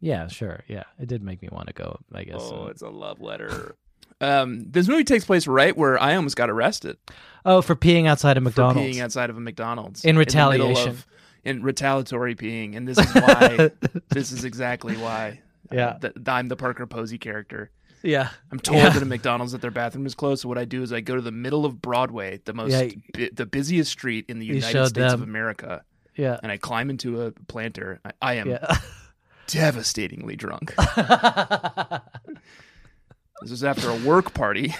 B: Yeah, sure. Yeah, it did make me want to go. I guess.
A: Oh, it's a love letter. um, this movie takes place right where I almost got arrested
B: Oh, for peeing outside of
A: for
B: McDonald's.
A: peeing outside of a McDonald's
B: In
A: the middle
B: retaliation.
A: of- in retaliatory peeing,
B: <laughs>
A: and this is why. this is exactly why. uh,
B: Yeah.
A: that I'm the Parker Posey character.
B: yeah.
A: I'm told
B: Yeah.
A: that a McDonald's that their bathroom is closed. So what I do is I go to the middle of Broadway, the most
B: Yeah, you-
A: bu- the busiest street in the
B: You
A: United
B: showed
A: States of
B: them.
A: America,
B: Yeah.
A: and I climb into a planter. I, I am
B: Yeah. <laughs>
A: devastatingly drunk. this was after a work party,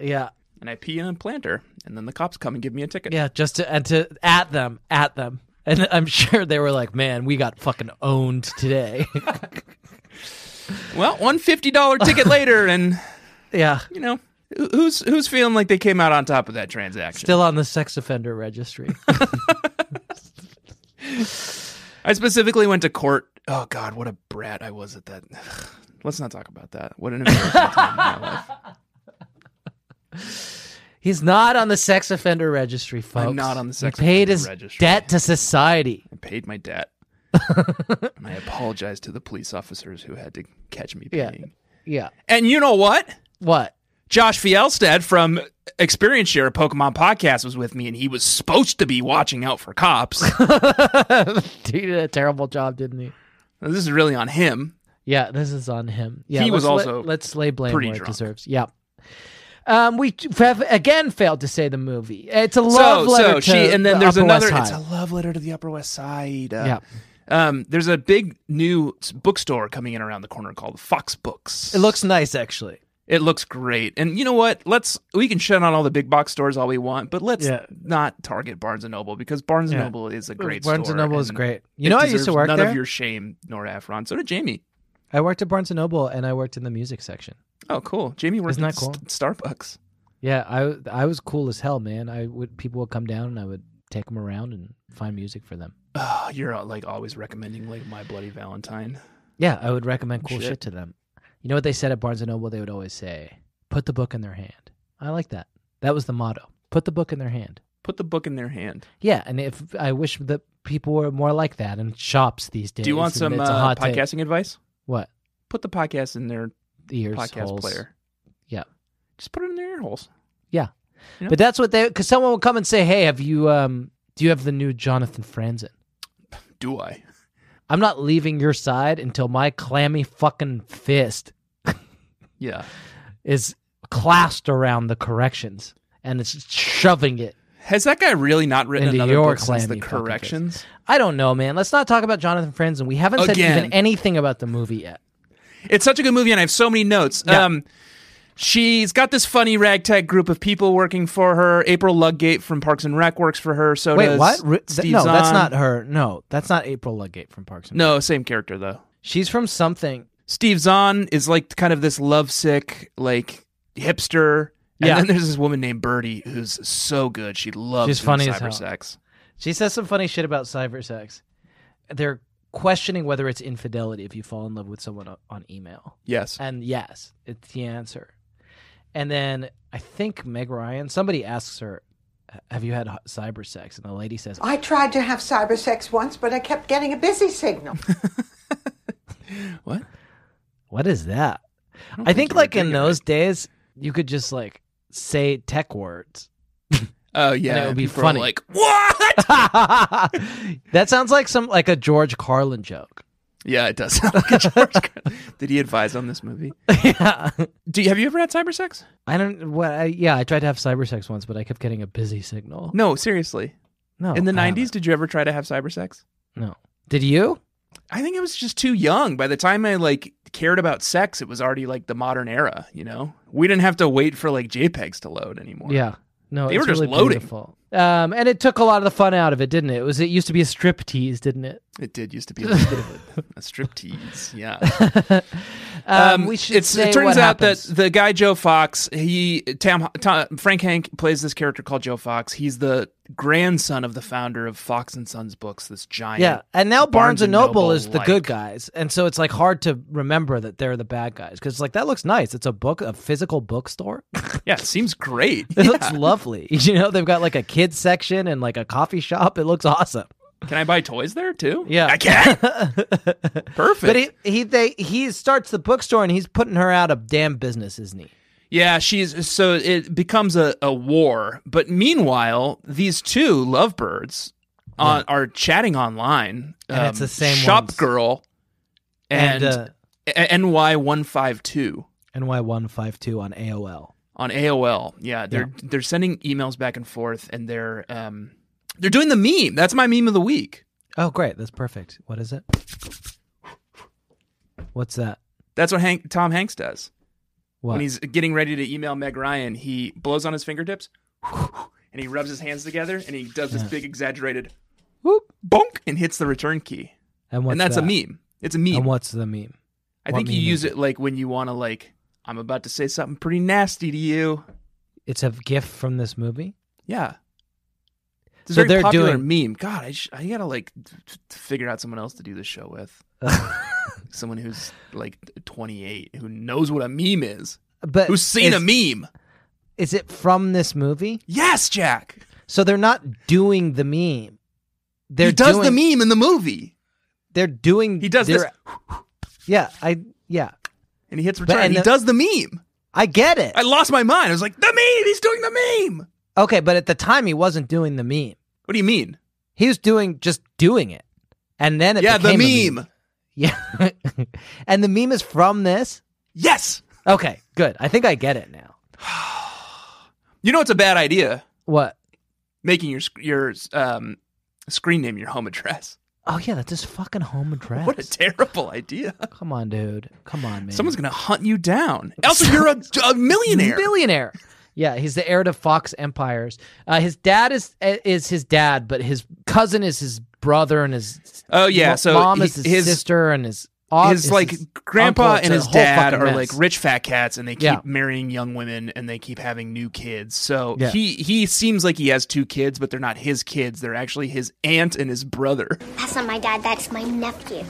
B: yeah.
A: and I pee in a planter, and then the cops come and give me a ticket.
B: Yeah. Just to and to at them, at them, and <laughs> I'm sure they were like, "Man, we got fucking owned
A: <laughs>
B: today."
A: Well, one fifty dollar ticket later, and
B: yeah.
A: you know who- who's who's feeling like they came out on top of that transaction.
B: Still on the sex offender registry. <laughs>
A: I specifically went to court. Oh God, what a brat I was at that. <sighs> Let's not talk about that. What an embarrassing time in my life.
B: He's not on the sex offender registry, folks.
A: not on the sex
B: he paid
A: offender
B: his
A: registry.
B: debt to society.
A: I paid my
B: <laughs>
A: debt, and I apologize to the police officers who had to catch me
B: Yeah.
A: paying.
B: Yeah.
A: And you know what?
B: What? <laughs>
A: Josh Fielstead from Experience Share a Pokemon Podcast was with me, and he was supposed to be watching out for
B: <laughs>
A: cops.
B: He did a terrible job, didn't he?
A: this is really on him.
B: Yeah, this is on him. Yeah,
A: He was
B: let's
A: also
B: let, let's lay blame where
A: pretty
B: it
A: drunk.
B: deserves. Yeah. Um, we t- have again failed to say the movie. It's a love
A: so,
B: letter
A: so
B: to
A: she, and then
B: the
A: there's
B: Upper
A: another.
B: West
A: It's a
B: High.
A: love letter to the Upper West Side. Uh,
B: yeah.
A: Um, there's a big new s- bookstore coming in around the corner called Fox Books.
B: It looks nice, actually.
A: it looks great, and you know what? Let's we can shut on all the big box stores all we want, but let's
B: Yeah.
A: not target Barnes and Noble because Barnes and
B: Yeah.
A: Noble is a great
B: Barnes
A: store.
B: and Noble is
A: and
B: great. You
A: it
B: know, I used to
A: deserves
B: work
A: none
B: there.
A: of your shame, Nora Ephron. So did Jamie.
B: I worked at Barnes and Noble, and I worked in the music section.
A: Oh, cool. Jamie worked
B: Isn't
A: at
B: that cool?
A: St- Starbucks.
B: Yeah, I I was cool as hell, man. I would people would come down, and I would take them around and find music for them.
A: Oh, you're uh, like always recommending like My Bloody Valentine.
B: Yeah, I would recommend cool
A: Oh, Shit.
B: shit. to them. You know what they said at Barnes and Noble? They would always say, "Put the book in their hand." I like that. That was the motto. Put the book in their hand.
A: Put the book in their hand.
B: Yeah, and if I wish that people were more like that in shops these days.
A: Do you want
B: and
A: some
B: it's a
A: uh,
B: hot take.
A: podcasting advice?
B: What
A: Put the podcast in their
B: ears
A: podcast
B: holes.
A: player.
B: Yeah.
A: Just put it in their ear holes.
B: Yeah.
A: You know?
B: But that's what they because someone will come and say, "Hey, have you um Do you have the new Jonathan Franzen?
A: Do I?
B: I'm not leaving your side until my clammy fucking fist
A: Yeah.
B: is clasped around the corrections and it's shoving it.
A: Has that guy really not written
B: Into
A: another
B: your
A: book since the
B: clammy fucking
A: corrections?
B: I don't know, man. Let's not talk about Jonathan Franzen. We haven't said
A: Again.
B: even anything about the movie yet.
A: It's such a good movie, and I have so many notes.
B: Yeah.
A: Um, she's got this funny ragtag group of people working for her. April Ludgate from Parks and Rec works for her. So
B: Wait,
A: does
B: what? Ru- th-
A: Steve
B: no, that's
A: Zahn.
B: not her. No, that's not April Ludgate from Parks and Rec.
A: No, same character though.
B: She's from something.
A: Steve Zahn is like kind of this lovesick, like hipster. And
B: Yeah.
A: then there's this woman named Birdie who's so good. She loves
B: She's
A: doing
B: funny as
A: cyber
B: hell.
A: sex.
B: She says some funny shit about cyber sex. They're questioning whether it's infidelity if you fall in love with someone o- on email.
A: Yes.
B: And yes, it's the answer. And then I think Meg Ryan, somebody asks her, Have you had h- cyber sex? And the lady says,
K: I tried to have cyber sex once, but I kept getting a busy signal.
B: What is that?
A: don't
B: I
A: think
B: think,
A: you were
B: like, in
A: doing it
B: those days, you could just, like, say tech words. <laughs>
A: Oh yeah,
B: and it would be
A: people are
B: funny.
A: Like what? <laughs>
B: that sounds like some, like, a George Carlin joke. <laughs>
A: yeah, it does. sound like George Carlin. Did he advise on this
B: <laughs>
A: movie?
B: yeah.
A: Do you, have you ever had cyber sex?
B: I don't, what, I, yeah, I tried to have cyber sex once, but I kept getting a busy signal.
A: No, seriously.
B: No.
A: In the
B: I haven't.
A: '90s, did you ever try to have cyber sex?
B: No. Did you?
A: I think I was just too young. By the time I like cared about sex, it was already like the modern era. You know, we didn't have to wait for like JPEGs to load anymore.
B: Yeah. No,
A: They
B: it's
A: were just
B: really
A: loading.
B: beautiful. Um, and it took a lot of the fun out of it, didn't it? It was it used to be a strip tease, didn't it?
A: it did used to be a little bit of a, a striptease.
B: <laughs>
A: Yeah.
B: Um, we should
A: it's-
B: say
A: it turns
B: what
A: out
B: happens.
A: that the guy Joe Fox, he Tam, Tom, Frank Hank plays this character called Joe Fox. He's the grandson of the founder of Fox and Sons Books, this giant.
B: yeah, and now Barnes, and Noble, is the
A: like-
B: good guys, and so it's like hard to remember that they're the bad guys because like that looks nice. It's a book, a physical bookstore. <laughs>
A: Yeah, it seems great.
B: It looks lovely. <laughs> You know, they've got like a kids section and like a coffee shop. It looks awesome.
A: Can I buy toys there too?
B: Yeah.
A: I
B: <laughs>
A: can. Perfect.
B: But he he they he starts the bookstore and he's putting her out of damn business, isn't he?
A: Yeah, she's so it becomes a, a war. But meanwhile, these two lovebirds on, are chatting online. um,
B: And it's the same
A: shop
B: ones.
A: girl and,
B: And, uh,
A: NY one five two
B: NY one five two on AOL.
A: on AOL. Yeah, they're they're sending emails back and forth, and they're um they're doing the meme. That's my meme of the week.
B: Oh, great. That's perfect. What is it? What's that?
A: That's what Hank, Tom Hanks does
B: What?
A: when he's getting ready to email Meg Ryan. He blows on his fingertips, <laughs> and he rubs his hands together, and he does this
B: Yeah.
A: big exaggerated.
B: Whoop.
A: bonk and hits the return key.
B: And what's
A: and that's
B: that?
A: a meme. It's a meme.
B: And what's the meme?
A: I
B: what
A: think you
B: meme
A: use
B: is
A: it like when you want to like I'm about to say something pretty nasty to you.
B: It's a gift from this movie.
A: Yeah. It's a
B: So
A: very
B: they're
A: popular
B: doing-
A: meme. God, I, sh- I gotta like t- t- figure out someone else to do this show with.
B: Uh,
A: someone who's like 28 who knows what a meme is,
B: But
A: who's seen a
B: is-
A: meme.
B: Is it from this movie?
A: Yes, Jack.
B: So they're not doing the meme. They're
A: he does
B: doing,
A: the meme in the movie.
B: They're doing.
A: He does
B: they're-
A: this
B: Yeah, I yeah,
A: and he hits return.
B: and
A: he
B: the-
A: does the meme.
B: I get it.
A: I lost my mind. I was like, the meme. He's doing the meme.
B: okay, but at the time he wasn't doing the meme.
A: What do you mean?
B: He was doing just doing it, and then it
A: yeah, the
B: became a
A: meme.
B: Yeah, <laughs> and the meme is from this.
A: Yes.
B: Okay, good. I think I get it now.
A: You know it's a bad idea
B: What?
A: making your sc- your um, screen name your home address.
B: Oh yeah, that's his fucking home address.
A: What a terrible idea!
B: Come on, dude. Come on, man.
A: Someone's gonna hunt you down. Also, you're <laughs> a, a millionaire.
B: Billionaire. Yeah, he's the heir to Fox Empires. Uh, his dad is is his dad, but his cousin is his brother, and his
A: Oh, yeah,
B: mo-
A: so
B: mom is
A: he-
B: his,
A: his-
B: sister, and his au-
A: his
B: is
A: like
B: his uncle.
A: grandpa
B: It's
A: and
B: a
A: his
B: whole
A: dad
B: fucking
A: are
B: mess.
A: like rich fat cats, and they keep
B: Yeah.
A: marrying young women and they keep having new kids. So
B: Yeah.
A: he he seems like he has two kids, but they're not his kids. They're actually his aunt and his brother.
C: That's not my dad, that's my nephew.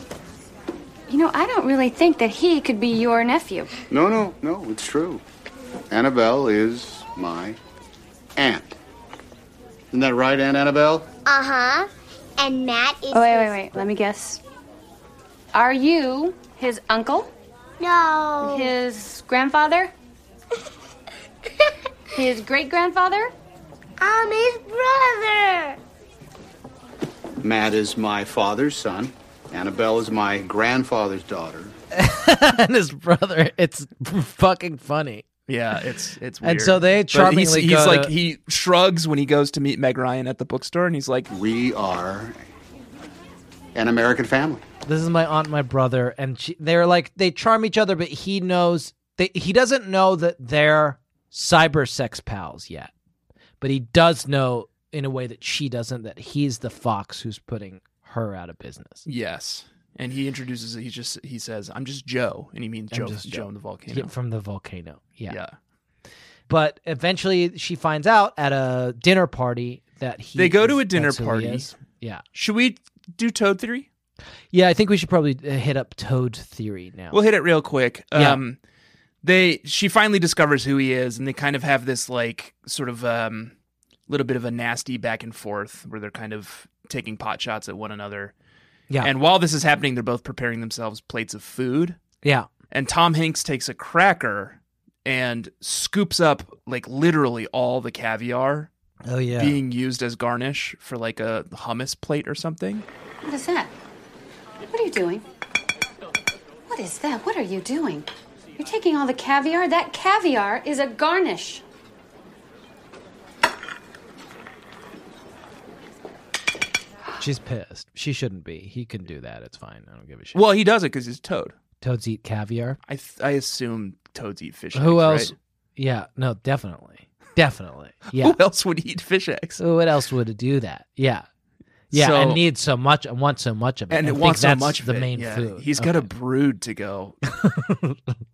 D: You know, I don't really think that he could be your nephew.
E: No, no, no, it's true. Annabelle is my aunt. Isn't that right, Aunt Annabelle?
C: Uh
G: Uh-huh.
C: huh. And Matt is.
D: Oh, wait, wait, wait. Let me guess. Are you his uncle?
C: No.
D: His grandfather? His great grandfather?
C: I'm his brother.
E: Matt is my father's son. Annabelle is my grandfather's daughter.
B: <laughs> and his brother. It's <laughs> fucking funny.
A: Yeah, it's it's weird.
B: And so they
A: But he's,
B: charmingly
A: he's
B: go
A: like
B: to-
A: he shrugs when he goes to meet Meg Ryan at the bookstore, and he's like,
E: "We are an American family."
B: This is my aunt, and my brother, and she, they're like they charm each other, but he knows they, he doesn't know that they're cyber sex pals yet, but he does know in a way that she doesn't that he's the fox who's putting her out of business.
A: Yes, and he introduces. He just he says, "I'm just Joe," and he means
B: I'm
A: Joe,
B: just
A: Joe in the volcano.
B: Yeah, from the volcano. Yeah.
A: Yeah.
B: But eventually, she finds out at a dinner party that he.
A: they go to
B: is-
A: a dinner
B: that's who he
A: party.
B: is. Yeah.
A: Should we do Toad Theory?
B: Yeah, I think we should probably uh, hit up Toad Theory now.
A: We'll hit it real quick.
B: Yeah.
A: Um they she finally discovers who he is and they kind of have this like sort of um little bit of a nasty back and forth where they're kind of taking pot shots at one another.
B: Yeah.
A: And while this is happening, they're both preparing themselves plates of food.
B: Yeah.
A: And Tom Hanks takes a cracker and scoops up like literally all the caviar
B: Oh yeah.
A: being used as garnish for like a hummus plate or something.
D: What is that? What are you doing? What is that? What are you doing? You're taking all the caviar? That caviar is a garnish.
B: She's pissed. She shouldn't be. He can do that. It's fine. I don't give a shit.
A: Well, he does it because he's Toad.
B: Toads eat caviar.
A: I th- I assume toads eat fish.
B: Who
A: eggs,
B: else?
A: right?
B: Yeah. No. Definitely.
A: <laughs>
B: Definitely. Yeah.
A: Who else would eat fish eggs?
B: So what else would it do that? Yeah. Yeah.
A: So-
B: and need so much and want so much of it.
A: And
B: I
A: it
B: think
A: wants so
B: that's
A: much of
B: the
A: it.
B: main
A: Yeah,
B: food.
A: He's got a brood to
B: <laughs>
A: go.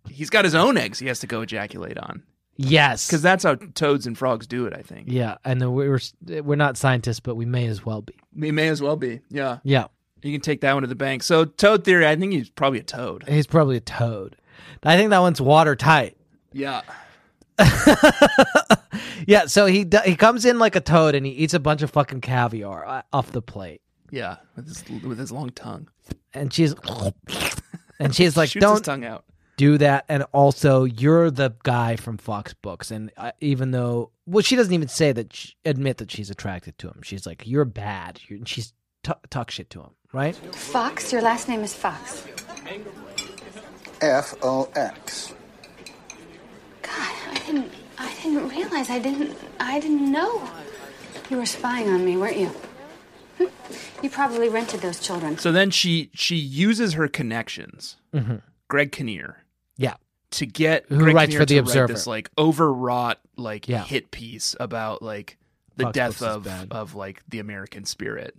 A: he's got his own eggs. He has to go ejaculate on
B: Yes.
A: because that's how toads and frogs do it. I think
B: Yeah. And then we're we're not scientists, but we may as well be.
A: he may as well be. Yeah,
B: Yeah.
A: you can take that one to the bank. So toad theory. I think he's probably a toad.
B: He's probably a toad. I think that one's watertight.
A: Yeah.
B: Yeah. So he d- he comes in like a toad and he eats a bunch of fucking caviar uh, off the plate.
A: Yeah, with his, with his long tongue.
B: and she's <laughs> and she's like
A: Shoots his
B: don't
A: tongue out."
B: do that and also you're the guy from fox books and uh, even though well she doesn't even say that she, admit that she's attracted to him she's like you're bad you're, and she's t- talk shit to him right
D: Fox? Your last name is Fox.
E: F O X.
D: I didn't. I didn't realize. I didn't. I didn't know. You were spying on me, weren't you? Hm? You probably rented those children.
A: So then she she uses her connections,
B: Mhm.
A: Greg Kinnear,
B: yeah
A: to get
B: Who
A: Greg
B: writes
A: Kinnear
B: for The
A: to
B: Observer.
A: Write this like overwrought like
B: Yeah.
A: hit piece about like the
B: Fox Books
A: death
B: is
A: of
B: bad.
A: of like the American spirit.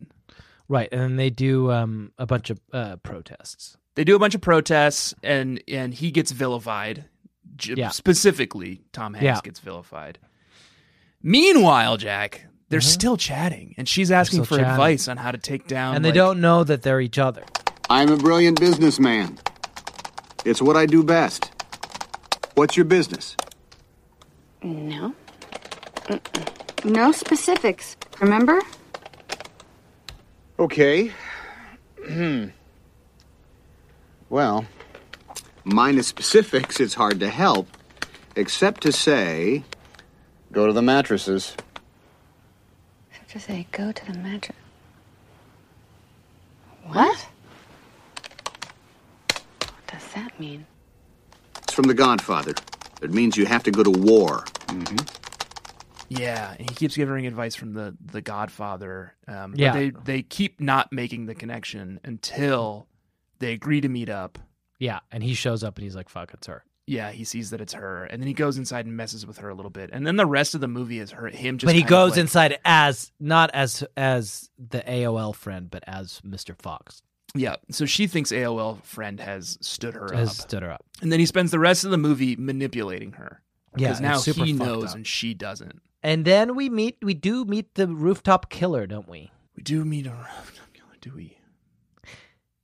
B: right and then they do um a bunch of uh protests
A: They do a bunch of protests and and he gets vilified. J-
B: Yeah.
A: Specifically, Tom Hanks
B: Yeah.
A: gets vilified. Meanwhile, Jack, they're still chatting and she's asking
B: Mm-hmm. still
A: for
B: chatting.
A: advice on how to take down
B: and they
A: like-
B: don't know that they're each other
E: I'm a brilliant businessman. It's what I do best. What's your business?
D: No. Mm-mm. No specifics. Remember?
E: Okay. <clears throat> Hmm. well, minus specifics, it's hard to help, except to say go to the mattresses.
D: Except to say, go to the mattress. What? What does that mean?
E: It's from The Godfather. It means you have to go to war. Mm-hmm.
A: Yeah, and he keeps giving advice from the the Godfather. Um, but
B: Yeah.
A: they they keep not making the connection until they agree to meet up.
B: yeah and he shows up and he's like fuck it's her
A: Yeah, he sees that it's her, and then he goes inside and messes with her a little bit, and then the rest of the movie is her him just.
B: but he
A: kind of
B: goes
A: like-
B: inside as not as as the AOL friend, but as Mr. Fox
A: Yeah, so she thinks AOL friend has stood her
B: has
A: up,
B: stood her up.
A: and then he spends the rest of the movie manipulating her.
B: Yeah,
A: because
B: it's
A: now
B: super
A: he
B: fucked
A: knows
B: up.
A: and she doesn't.
B: And then we meet, we do meet the rooftop killer, don't we?
A: We do meet a <laughs> Do we?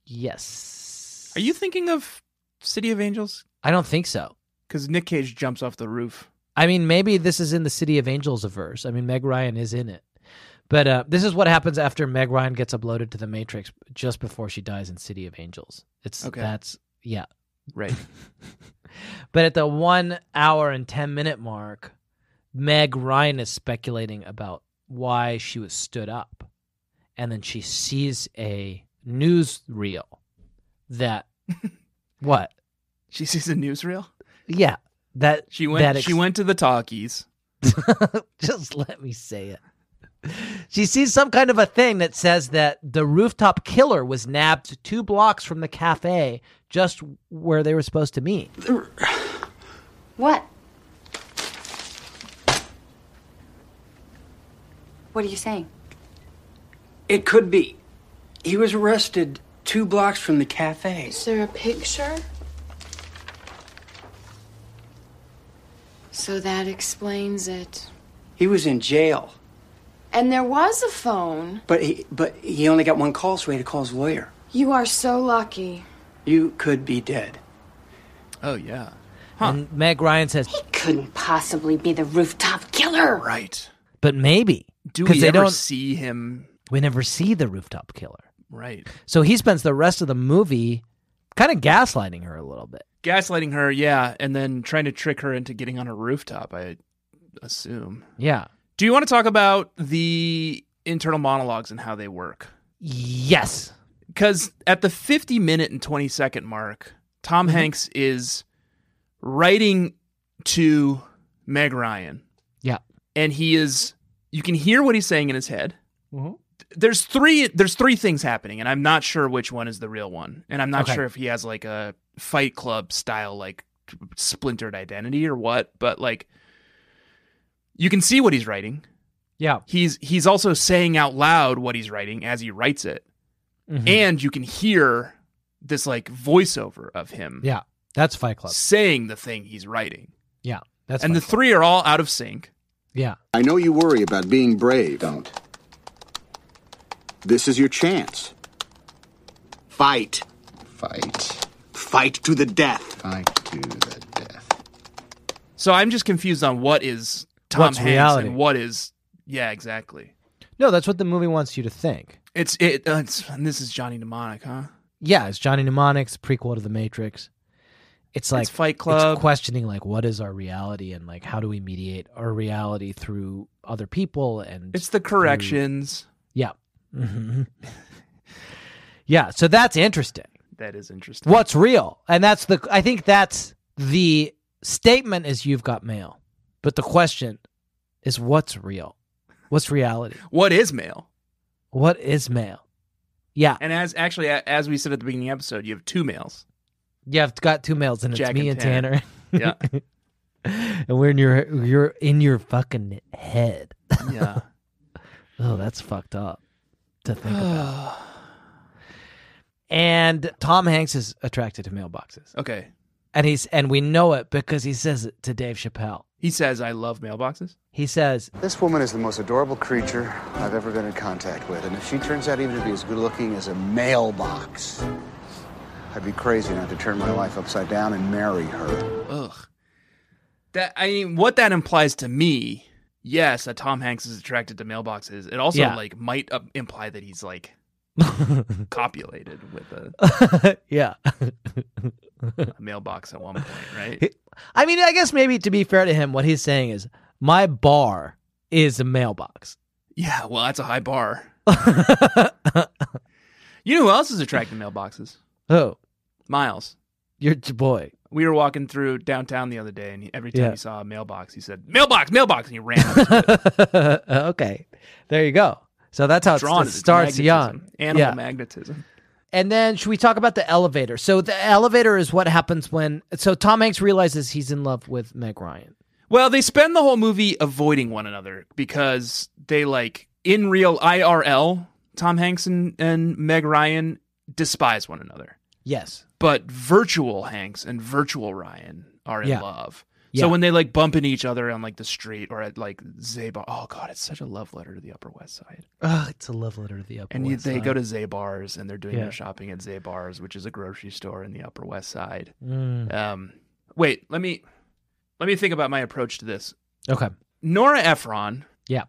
B: Yes.
A: Are you thinking of City of Angels?
B: I don't think so.
A: Because Nick Cage jumps off the roof.
B: I mean, maybe this is in the City of Angels averse. I mean, Meg Ryan is in it. But uh, this is what happens after Meg Ryan gets uploaded to the Matrix just before she dies in City of Angels. It's
A: Okay.
B: that's yeah.
A: Right. <laughs>
B: But at the one hour and 10 minute mark, Meg Ryan is speculating about why she was stood up. and then she sees a newsreel that what?
A: She sees a newsreel?
B: Yeah. That
A: She went.
B: that ex-
A: she went to the talkies.
B: <laughs> just let me say it. She sees some kind of a thing that says that the rooftop killer was nabbed two blocks from the cafe just where they were supposed to meet.
D: What? What are you saying?
L: It could be. He was arrested two blocks from the cafe.
M: Is there a picture? So that explains it.
L: He was in jail,
M: And there was a phone.
L: but he but he only got one call, so he had to call his lawyer.
M: You are so lucky.
L: You could be dead.
A: Oh yeah.
B: And Meg Ryan says he
D: couldn't possibly be the rooftop killer.
A: Right.
B: But maybe
A: Do
B: 'Cause
A: we
B: they
A: ever
B: don't,
A: see him?
B: we never see the rooftop killer.
A: Right.
B: So he spends the rest of the movie kind of gaslighting her a little bit.
A: Gaslighting her, yeah, and then trying to trick her into getting on a rooftop. I assume.
B: Yeah.
A: Do you want to talk about the internal monologues and how they work?
B: Yes.
A: Because at the 50 minute and 20 second mark, Tom
B: Mm-hmm.
A: Hanks is writing to Meg Ryan.
B: Yeah.
A: And he is, you can hear what he's saying in his head.
B: Mhm.
A: There's three there's three things happening and I'm not sure which one is the real one. And I'm not
B: Okay.
A: sure if he has like a fight club style like splintered identity or what, but like you can see what he's writing.
B: Yeah.
A: He's he's also saying out loud what he's writing as he writes it.
B: Mhm.
A: And you can hear this like voiceover of him
B: Yeah. That's Fight Club.
A: saying the thing he's writing.
B: Yeah. That's
A: and the three are all out of sync.
B: Yeah.
E: I know you worry about being brave. Don't. This is your chance. Fight. Fight. Fight to the death. Fight to the
A: So I'm just confused on what is Tom
B: What's
A: Hanks
B: reality?
A: and what is Yeah, exactly.
B: No, that's what the movie wants you to think.
A: It's it uh, it's, and this is Johnny Mnemonic, huh?
B: Yeah, it's Johnny Mnemonics prequel to The Matrix. It's like
A: Fight Club.
B: It's questioning like what is our reality and like how do we mediate our reality through other people and
A: It's the corrections.
B: yeah, hmm <laughs> yeah. So that's interesting.
A: That is interesting.
B: What's real? And that's the I think that's the statement is you've got mail, but the question is what's real? What's reality?
A: What is mail?
B: What is mail? Yeah,
A: And as actually a- as we said at the beginning of the episode, you have two males.
B: yeah. I've got two mails and it's
A: Jack
B: me
A: and
B: and Tanner.
A: <laughs> Yeah.
B: <laughs> and we're in your you're in your fucking head.
A: Yeah.
B: oh, that's fucked up to
A: <sighs>
B: think about. And Tom Hanks is attracted to mailboxes.
A: Okay.
B: And he's and we know it because he says it to Dave Chappelle.
A: He says I love mailboxes.
B: He says,
N: This woman is the most adorable creature I've ever been in contact with, and if she turns out even to be as good looking as a mailbox, I'd be crazy not to turn my life upside down and marry her.
A: Ugh. That I mean, what that implies to me, yes, that Tom Hanks is attracted to mailboxes. It also
B: Yeah.
A: like might uh, imply that he's like copulated with a,
B: "Yeah."
A: a mailbox at one point, right?
B: I mean, I guess maybe to be fair to him, what he's saying is, "My bar is a mailbox."
A: Yeah, well, that's a high
B: <laughs>
A: bar. you know who else is attracted to mailboxes?
B: Oh,
A: Miles.
B: your boy. <laughs>
A: We were walking through downtown the other day, and he, every time
B: Yeah.
A: he saw a mailbox, he said, "Mailbox, mailbox," and he ran. Up to it.
B: okay, there you go. So <laughs> that's how it,
A: Drawn
B: it
A: to this
B: starts young.
A: magnetism, animal
B: yeah.
A: magnetism.
B: And then should we talk about the elevator? So the elevator is what happens when. So Tom Hanks realizes he's in love with Meg Ryan.
A: Well, they spend the whole movie avoiding one another because they like in real IRL. Tom Hanks and, and Meg Ryan despise one another,
B: Yes.
A: but virtual Hanks and virtual Ryan are in
B: Yeah.
A: love.
B: Yeah.
A: So when they like bump into each other on like the street or at like Zaybar, oh god, it's such a love letter to the Upper West Side.
B: Oh, it's a love letter to the upper.
A: And you,
B: West
A: they go
B: Side.
A: to Zabar's and they're doing
B: Yeah.
A: their shopping at Zabar's, which is a grocery store in the Upper West Side.
B: Mm.
A: Um, wait, let me let me think about my approach to this.
B: Okay.
A: Nora Ephron
B: Yeah.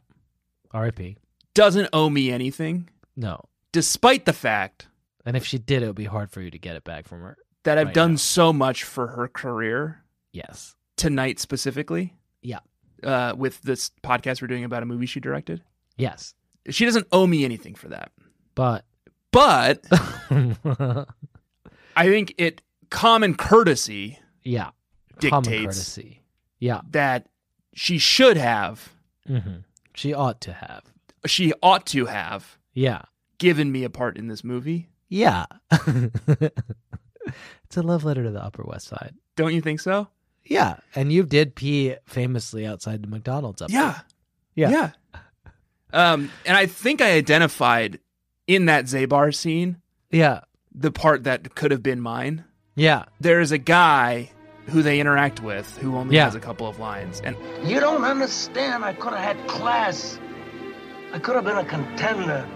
B: R.I.P.
A: doesn't owe me anything,
B: No.
A: despite the fact
B: And if she did, it would be hard for you to get it back from her.
A: that I've
B: Right
A: done
B: now.
A: so much for her career
B: Yes.
A: tonight specifically
B: Yeah.
A: uh, with this podcast we're doing about a movie she directed.
B: Yes.
A: She doesn't owe me anything for that.
B: But
A: But <laughs> I think it common courtesy
B: <laughs> yeah, common
A: dictates
B: courtesy. Yeah,
A: that she should have,
B: hmm she ought to have.
A: she ought to have
B: Yeah,
A: given me a part in this movie.
B: yeah. <laughs> it's a love letter to the Upper West Side.
A: Don't you think so?
B: Yeah, and you did pee famously outside the McDonald's up
A: Yeah.
B: there.
A: Yeah. Um, and I think I identified in that Zabar scene
B: yeah,
A: the part that could have been mine.
B: yeah,
A: There is a guy who they interact with who only
B: Yeah.
A: has a couple of lines, and
O: You don't understand. I could have had class. I could have been a contender.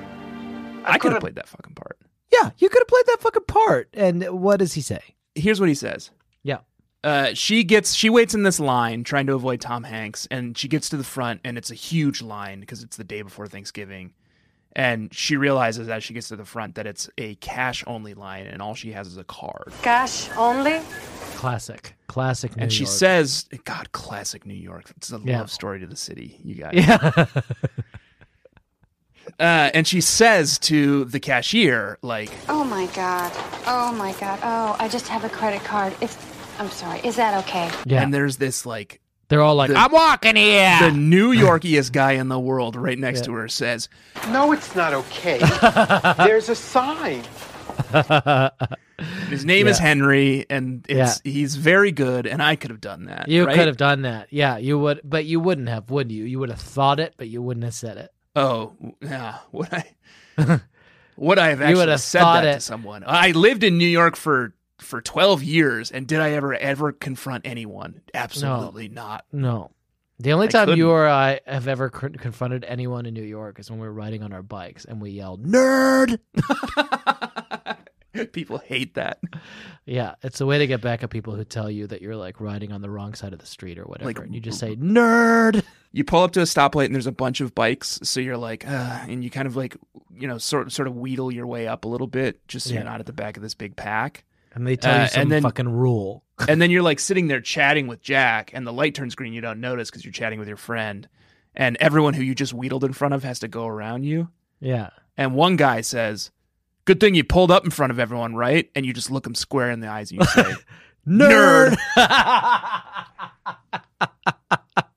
A: I, could have played that fucking part.
B: yeah. You could have played that fucking part. And what does he say?
A: Here's what he says.
B: Yeah.
A: Uh, she gets she waits in this line trying to avoid Tom Hanks, and she gets to the front, and it's a huge line because it's the day before Thanksgiving, and she realizes as she gets to the front that it's a cash only line, and all she has is a card.
P: Cash only?
B: Classic, classic. New
A: and she
B: York.
A: says, "God, classic New York. It's a
B: Yeah.
A: love story to the city, you guys."
B: <laughs> <laughs> Yeah.
A: uh, and she says to the cashier, "Like,
M: Oh my god. Oh my god. Oh, I just have a credit card. If I'm sorry, is that okay?
A: and there's this like
B: they're all like, "I'm walking here."
A: The
B: <laughs>
A: New Yorkiest guy in the world, right next
B: Yeah.
A: to her, says,
O: No, it's not <laughs> okay. There's a sign.
A: "His name is
B: Yeah.
A: Henry, and it's he's very good, and I could have done that.
B: You
A: right?
B: could have done that. Yeah, you would, but you wouldn't have, would you? You would have thought it, but you wouldn't have said it.
A: Oh, yeah. Would I?
B: <laughs>
A: would I have
B: You
A: actually
B: would have
A: said
B: thought
A: that to
B: it.
A: someone? I lived in New York for." For 12 years, and did I ever, ever confront anyone? Absolutely not.
B: No. The only
A: I
B: time
A: couldn't.
B: you or I have ever con- confronted anyone in New York is when we were riding on our bikes and we yelled, nerd.
A: <laughs> People hate that.
B: Yeah, it's a way to get back at people who tell you that you're like riding on the wrong side of the street or whatever.
A: Like,
B: and you just say, nerd.
A: You pull up to a stoplight and there's a bunch of bikes, so you're like, uh, and you kind of like, you know, sort sort of wheedle your way up a little bit, just so you're
B: Yeah.
A: not at the back of this big pack.
B: And they tell
A: Uh,
B: you some
A: and then-
B: fucking rule.
A: and then you're like sitting there chatting with Jack, and the light turns green. You don't notice because you're chatting with your friend, and everyone who you just wheedled in front of has to go around you.
B: Yeah.
A: And one guy says, "Good thing you pulled up in front of everyone, right?" And you just look him square in the eyes and you say,
B: Nerd. <laughs>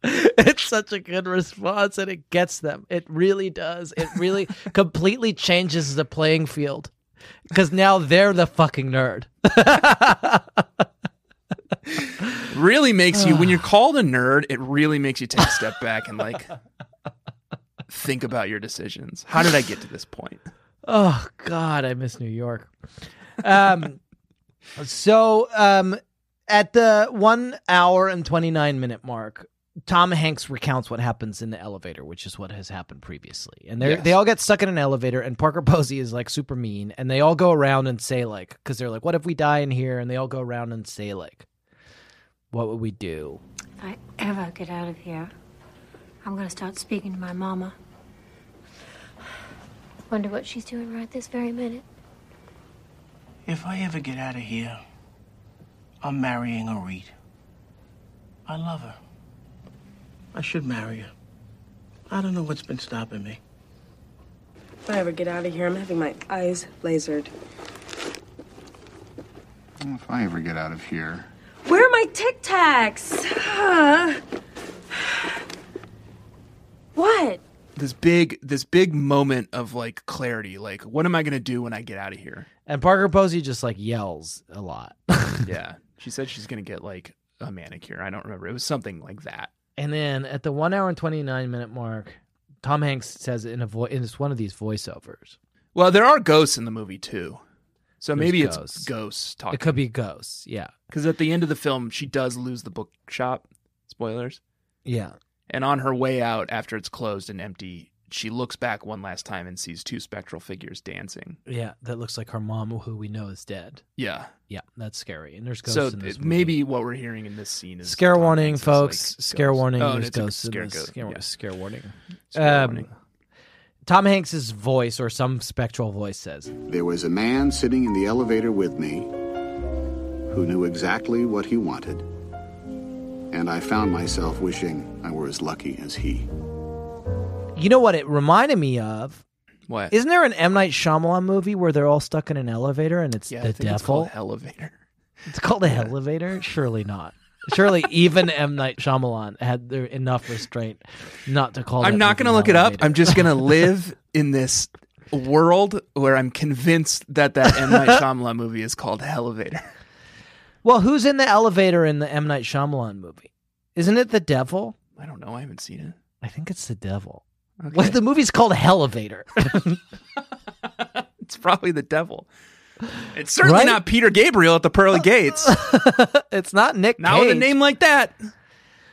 B: it's such a good response and it gets them. It really does. It
A: <laughs>
B: really completely changes the playing field because now they're the fucking nerd.
A: really makes you when you're called a nerd it really makes you take a step back and like think about your decisions how did i get to this point
B: Oh God, I miss New York. Um, <laughs> so um, at the one hour and twenty nine minute mark, Tom Hanks recounts what happens in the elevator, which is what has happened previously. And they are
Q: Yes.
B: they all get stuck in an elevator, and Parker Posey is like super mean, and they all go around and say like, because they're like, what if we die in here? And they all go around and say like, what would we do?
R: If I ever get out of here, I'm gonna start speaking to my mama. Wonder what she's doing right this very minute.
O: If I ever get out of here, I'm marrying a Reed. I love her. I should marry her. I don't know what's been stopping me.
H: If I ever get out of here, I'm having my eyes lasered.
E: Well, if I ever get out of here,
H: Where are my Tic Tacs? <sighs> Huh?
R: What?
A: this big this big moment of like clarity like what am i going to do when i get out of here
B: And Parker Posey just like yells a lot. <laughs>
A: yeah she said she's going to get like a manicure i don't remember it was something like that
B: And then at the one hour and twenty nine minute mark, Tom Hanks says in a voice, and it's one of these voiceovers.
A: well there are ghosts in the movie too so
B: There's
A: maybe
B: ghosts.
A: it's ghosts talking
B: It could be ghosts. Yeah,
A: because at the end of the film she does lose the bookshop spoilers
B: yeah.
A: And on her way out, after it's closed and empty, she looks back one last time and sees two spectral figures dancing.
B: Yeah, that looks like her mom, who we know is dead.
A: Yeah.
B: Yeah, that's scary. And there's ghosts
A: So
B: in this
A: it-
B: movie.
A: maybe what we're hearing in this scene is
B: Scare
A: Tom
B: warning,
A: Hanks is,
B: folks.
A: like,
B: scare
A: ghosts.
B: warning.
A: Oh,
B: there's
A: it's a
B: ghosts in
A: scare
B: this.
A: ghost.
B: Scare,
A: Yeah.
B: scare warning.
A: Scare
B: Um,
A: warning.
B: Tom Hanks's voice or some spectral voice says,
E: there was a man sitting in the elevator with me who knew exactly what he wanted, and I found myself wishing I were as lucky as he.
B: You know what it reminded me of?
A: What?
B: Isn't there an M Night Shyamalan movie where they're all stuck in an elevator and it's
A: Yeah,
B: the
A: I think
B: devil?
A: it's called Elevator.
B: It's called a elevator? Surely not. Surely even M Night Shyamalan had there enough restraint not to call.
A: I'm
B: that
A: not
B: movie
A: going to look
B: an
A: it up. I'm just going to live in this world where I'm convinced that that M.
B: <laughs>
A: Night Shyamalan movie is called Elevator.
B: Well, who's in the elevator in the M Night Shyamalan movie? Isn't it the devil?
A: I don't know. I haven't seen it.
B: I think it's the devil. What the movie's
A: <laughs>
B: called Elevator.
A: It's probably the devil. It's certainly
B: Right?
A: not Peter Gabriel at the
B: <laughs>
A: pearly gates.
B: it's not Nick.
A: Not with a
B: Cage.
A: name like that.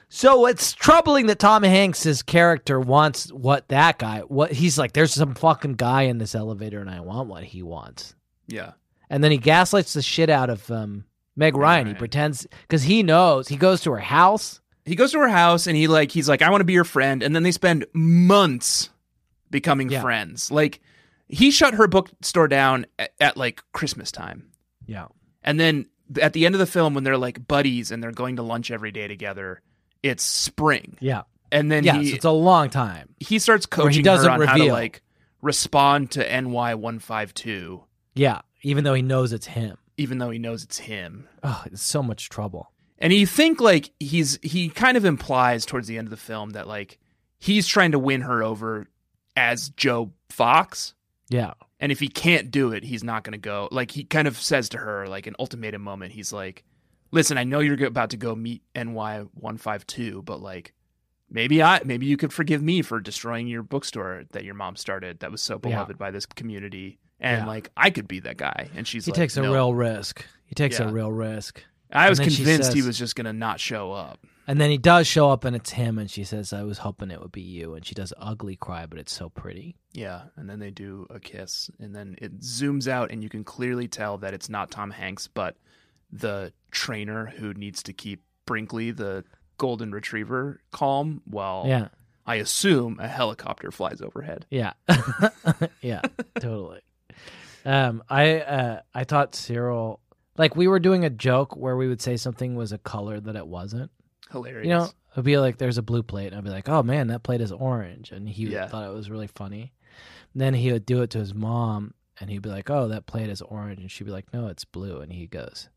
B: So it's troubling that Tom Hanks' character wants what that guy. What he's like. There's some fucking guy in this elevator, and I want what he wants.
A: Yeah.
B: And then he gaslights the shit out of um, Meg Ryan. He pretends because he knows. He goes to her house.
A: He goes to her house and he like he's like I want to be your friend and then they spend months becoming friends. Like he shut her bookstore down at, at like Christmas time.
B: Yeah.
A: And then at the end of the film when they're like buddies and they're going to lunch every day together, it's spring.
B: Yeah.
A: And then
B: yes,
A: he
B: it's a long time.
A: he starts
B: where
A: coaching
B: he doesn't
A: her on how to
B: reveal.
A: like respond to NY152
B: Yeah, even though he knows it's him.
A: even though he knows it's him.
B: Oh, it's so much trouble.
A: And you think like he's he kind of implies towards the end of the film that like he's trying to win her over as Joe Fox.
B: Yeah.
A: And if he can't do it, he's not going to go. Like he kind of says to her like an ultimatum moment. He's like, "Listen, I know you're go- about to go meet NY152, but like maybe I maybe you could forgive me for destroying your bookstore that your mom started that was so
B: Yeah.
A: beloved by this community." And
B: Yeah.
A: like I could be that guy. And she's
B: he
A: like,
B: takes a
A: "No."
B: real risk. He takes a
A: Yeah.
B: real risk.
A: I was
B: And then she
A: convinced he
B: says-
A: was just going to not show up.
B: And then he does show up and it's him and she says, I was hoping it would be you. And she does ugly cry, but it's so pretty.
A: Yeah, and then they do a kiss, and then it zooms out, and you can clearly tell that it's not Tom Hanks, but the trainer who needs to keep Brinkley, the golden retriever, calm while
B: Yeah.
A: I assume a helicopter flies overhead.
B: Yeah. <laughs> yeah, totally. Um, I uh, I taught Cyril like we were doing a joke where we would say something was a color that it wasn't.
A: Hilarious.
B: You know, it'd be like there's a blue plate, and I'd be like, "Oh man, that plate is orange," and he
A: Yeah.
B: thought it was really funny. And then he would do it to his mom, and he'd be like, "Oh, that plate is orange," and she'd be like, "No, it's blue," and he goes,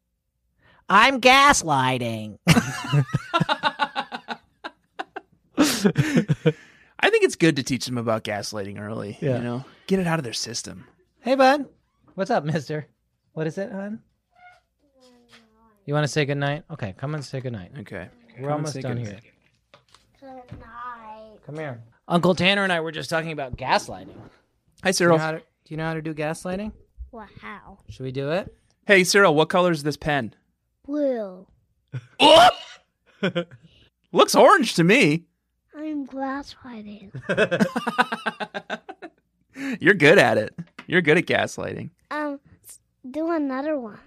B: "I'm gaslighting." <laughs>
A: I think it's good to teach them about gaslighting early.
B: Yeah.
A: You know, get it out of their system.
B: Hey, bud, what's up, Mister? What is it, hon? You want to say goodnight? Okay, come and say goodnight.
A: Okay, Come
B: we're
A: and
B: almost
A: say
B: done here.
A: goodnight.
B: Come here. Uncle Tanner and I were just talking about gaslighting.
A: Hi, Cyril.
B: Do you know how to, do, you know how to do gaslighting?
G: Wow.
B: Should we do it?
A: Hey, Cyril, what color is this pen?
G: Blue.
B: <laughs>
A: Looks orange to me.
G: I'm gaslighting.
A: You're good at it. You're good at gaslighting.
G: <laughs> um, s- do another one.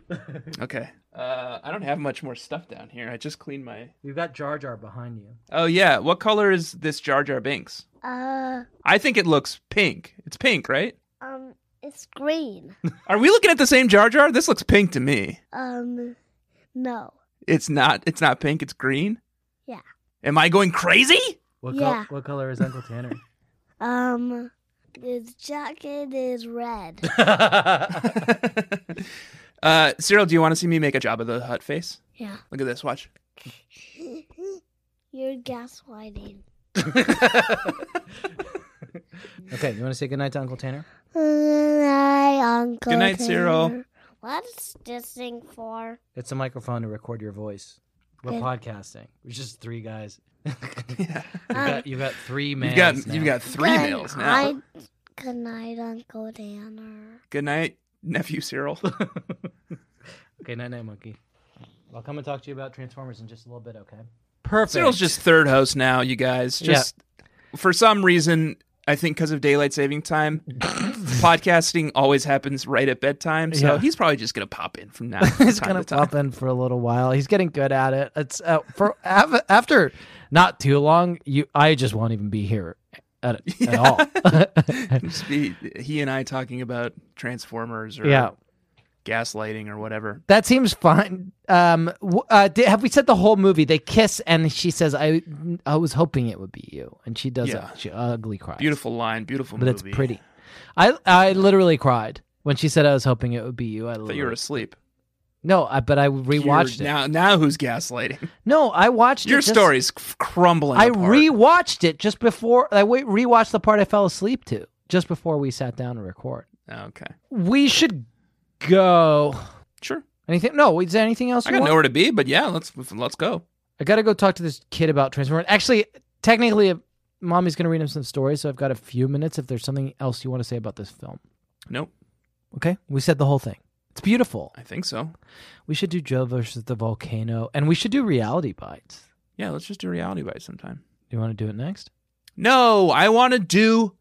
A: Okay. Uh, I don't have much more stuff down here. I just cleaned my.
B: We've got Jar Jar behind you.
A: Oh yeah, what color is this Jar Jar Binks?
G: Uh,
A: I think it looks pink. It's pink, right?
G: um, it's green.
A: Are we looking at the same Jar Jar? This looks pink to me.
G: Um, no.
A: It's not. It's not pink. It's green.
G: Yeah.
A: Am I going <laughs> crazy?
B: What,
G: col- Yeah.
B: what color is Uncle <laughs> Tanner?
G: Um, his jacket is red.
D: <laughs>
A: Uh, Cyril, do you want to see me make a job of the hut face?
G: Yeah. <laughs>
A: Look at this. Watch.
G: You're gaslighting.
B: okay, you want to say goodnight to Uncle Tanner?
G: Good night, Uncle.
B: Good night, Cyril.
G: Tanner. What's this thing for?
B: It's a microphone to record your voice. We're
G: Good.
B: podcasting. We're just three guys. <laughs> you've,
G: Um,
B: got, you've got three males.
A: You've got-
B: now.
A: you've got three
G: Good
A: males now.
G: night- Good night, Uncle Tanner.
A: Good night, nephew Cyril. <laughs>
B: <laughs> Okay, night night, monkey. I'll come and talk to you about Transformers in just a little bit, okay? Perfect.
A: Cyril's just third host now, you guys.
B: Yeah.
A: Just for some reason, I think because of daylight saving
B: <laughs>
A: time, podcasting always happens right at bedtime. So
B: Yeah.
A: he's probably just gonna pop in
B: <laughs>
A: from now. from
B: <laughs> He's
A: time
B: gonna
A: to time.
B: pop in for a little while. He's getting good at it. It's uh, for av- after not too long. You, I just won't even be here
A: <laughs>
B: at, at all. <laughs>
A: Just be he and I talking about Transformers or
B: yeah,
A: gaslighting or whatever.
B: That seems fine. Um, w- uh, di- have we said the whole movie? They kiss, and she says, "I, I was hoping it would be you," and she does
A: Yeah.
B: a she ugly cry.
A: Beautiful line, beautiful
B: but
A: movie.
B: it's pretty. I, I literally cried when she said, "I was hoping it would be you." I
A: Thought you were asleep.
B: no, I, but I rewatched
A: You're-
B: it.
A: Now, now who's
B: <laughs>
A: gaslighting?
B: No, I watched
A: Your
B: it just-
A: story's c- crumbling.
B: I
A: apart.
B: rewatched it just before I wait, rewatched the part I fell asleep to just before we sat down to record.
A: Okay.
B: We should go.
A: Sure.
B: Anything? No. Is there anything else?
A: I
B: you
A: got
B: want?
A: nowhere to be, but yeah, let's let's go.
B: I gotta go talk to this kid about Transformers. Actually, technically, uh, mommy's gonna read him some stories, so I've got a few minutes. If there's something else you want to say about this film,
A: Nope.
B: okay? We said the whole thing. It's beautiful.
A: I think so.
B: We should do Joe versus the volcano, and we should do Reality Bites.
A: Yeah, let's just do reality bites sometime.
B: Do you want to do it next?
A: No, I want to do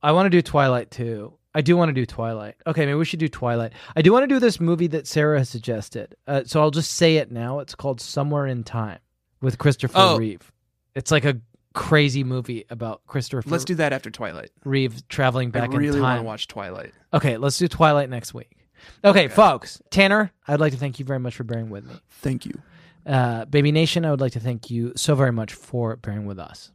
B: I want to do Twilight too. I do want to do Twilight. Okay, maybe we should do Twilight. I do want to do this movie that Sarah has suggested. Uh, so I'll just say it now. It's called Somewhere in Time with Christopher
A: Oh.
B: Reeve. It's like a crazy movie about Christopher.
A: Let's do that after Twilight.
B: Reeve traveling back
A: I really
B: in
A: want
B: time.
A: to watch Twilight.
B: Okay, let's do Twilight next week. Okay, folks. Tanner, I'd like to thank you very much for bearing with me.
A: Thank you.
B: Uh, Baby Nation, I would like to thank you so very much for bearing with us.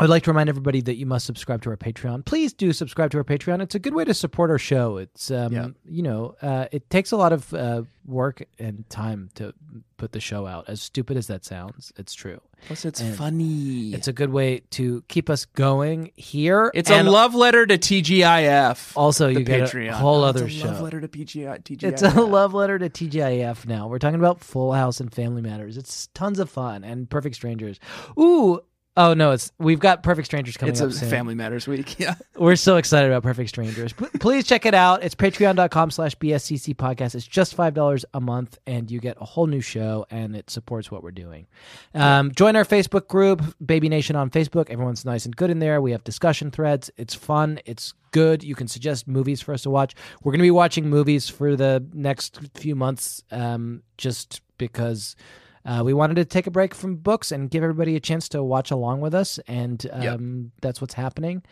B: I would like to remind everybody that you must subscribe to our Patreon. Please do subscribe to our Patreon. It's a good way to support our show. It's um,
A: Yeah.
B: you know, uh, it takes a lot of uh, work and time to put the show out. As stupid as that sounds, it's true.
A: Plus, it's
B: And
A: funny.
B: It's a good way to keep us going here.
A: It's
B: and
A: a love letter to TGIF.
B: Also,
A: the
B: you get
A: Patreon.
B: a whole
A: Oh,
B: other
A: it's a
B: show.
A: Love letter to PGI, TGIF.
B: It's a love letter to TGIF now. We're talking about Full House and Family Matters. It's tons of fun and Perfect Strangers. Ooh, oh no, it's we've got Perfect Strangers coming
A: It's
B: up
A: a
B: soon.
A: Family Matters week. <laughs> Yeah.
B: We're so excited about Perfect Strangers. P- Please check it out. It's patreon.com slash BSCC podcast. It's just $5 a month and you get a whole new show and it supports what we're doing. Um, join our Facebook group, Baby Nation on Facebook. Everyone's nice and good in there. We have discussion threads. It's fun. It's good. You can suggest movies for us to watch. We're going to be watching movies for the next few months um, just because. Uh, we wanted to take a break from books and give everybody a chance to watch along with us, and
A: Yep.
B: um, that's what's happening.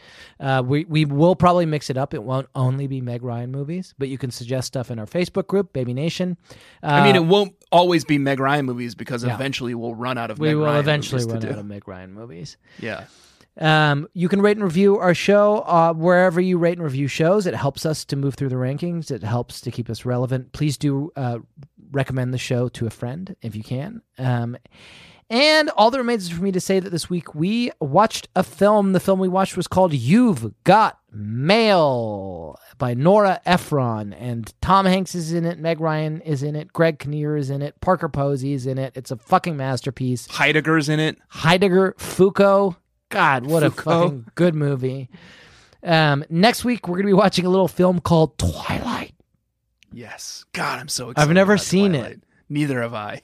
B: Uh, we we will probably mix it up. It won't only be Meg Ryan movies, but you can suggest stuff in our Facebook group, Baby Nation. Uh,
A: I mean, it won't always be Meg Ryan movies because
B: Yeah.
A: eventually we'll run out of.
B: we
A: Meg
B: will
A: Ryan
B: eventually
A: movies
B: run
A: to
B: out
A: do.
B: of Meg Ryan movies.
A: Yeah.
B: Um, you can rate and review our show uh, wherever you rate and review shows. It helps us to move through the rankings. It helps to keep us relevant. Please do uh, recommend the show to a friend if you can. Um, and all that remains is for me to say that this week we watched a film. The film we watched was called You've Got Mail by Nora Ephron. And Tom Hanks is in it. Meg Ryan is in it. Greg Kinnear is in it. Parker Posey is in it. It's a fucking masterpiece.
A: Heidegger's in it.
B: Heidegger, Foucault. God, what a
A: Foucault.
B: fucking good movie. Um, next week, we're going to be watching a little film called Twilight.
A: Yes. God, I'm so excited.
B: I've never
A: about
B: seen
A: Twilight.
B: it.
A: Neither have I.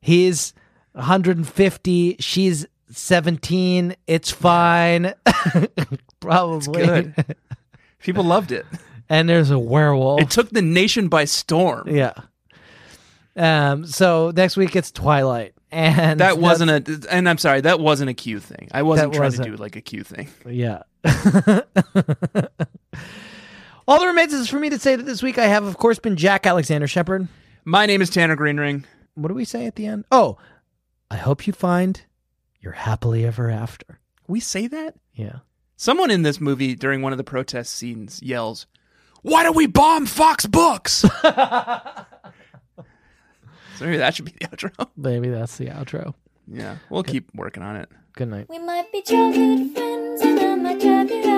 B: He's 150. She's 17. It's fine. <laughs> Probably.
A: good. People loved it.
B: <laughs> And there's a werewolf.
A: It took the nation by storm.
B: Oh. yeah. Um, so next week it's Twilight. And
A: that wasn't a, and I'm sorry, that wasn't a Q thing. I wasn't
B: That
A: trying to
B: wasn't.
A: do like a Q thing.
B: Yeah. <laughs> All that remains is for me to say that this week I have, of course, been Jack Alexander Shepard.
A: My name is Tanner Greenring.
B: What do we say at the end? Oh, I hope you find your happily ever after.
A: We say that?
B: Yeah.
A: Someone in this movie during one of the protest scenes yells, Why do we bomb Fox Books? so maybe that should be the outro.
B: Maybe that's the outro.
A: Yeah. We'll keep working on it.
B: Good night.
C: We might be childhood friends, and I might drive you out.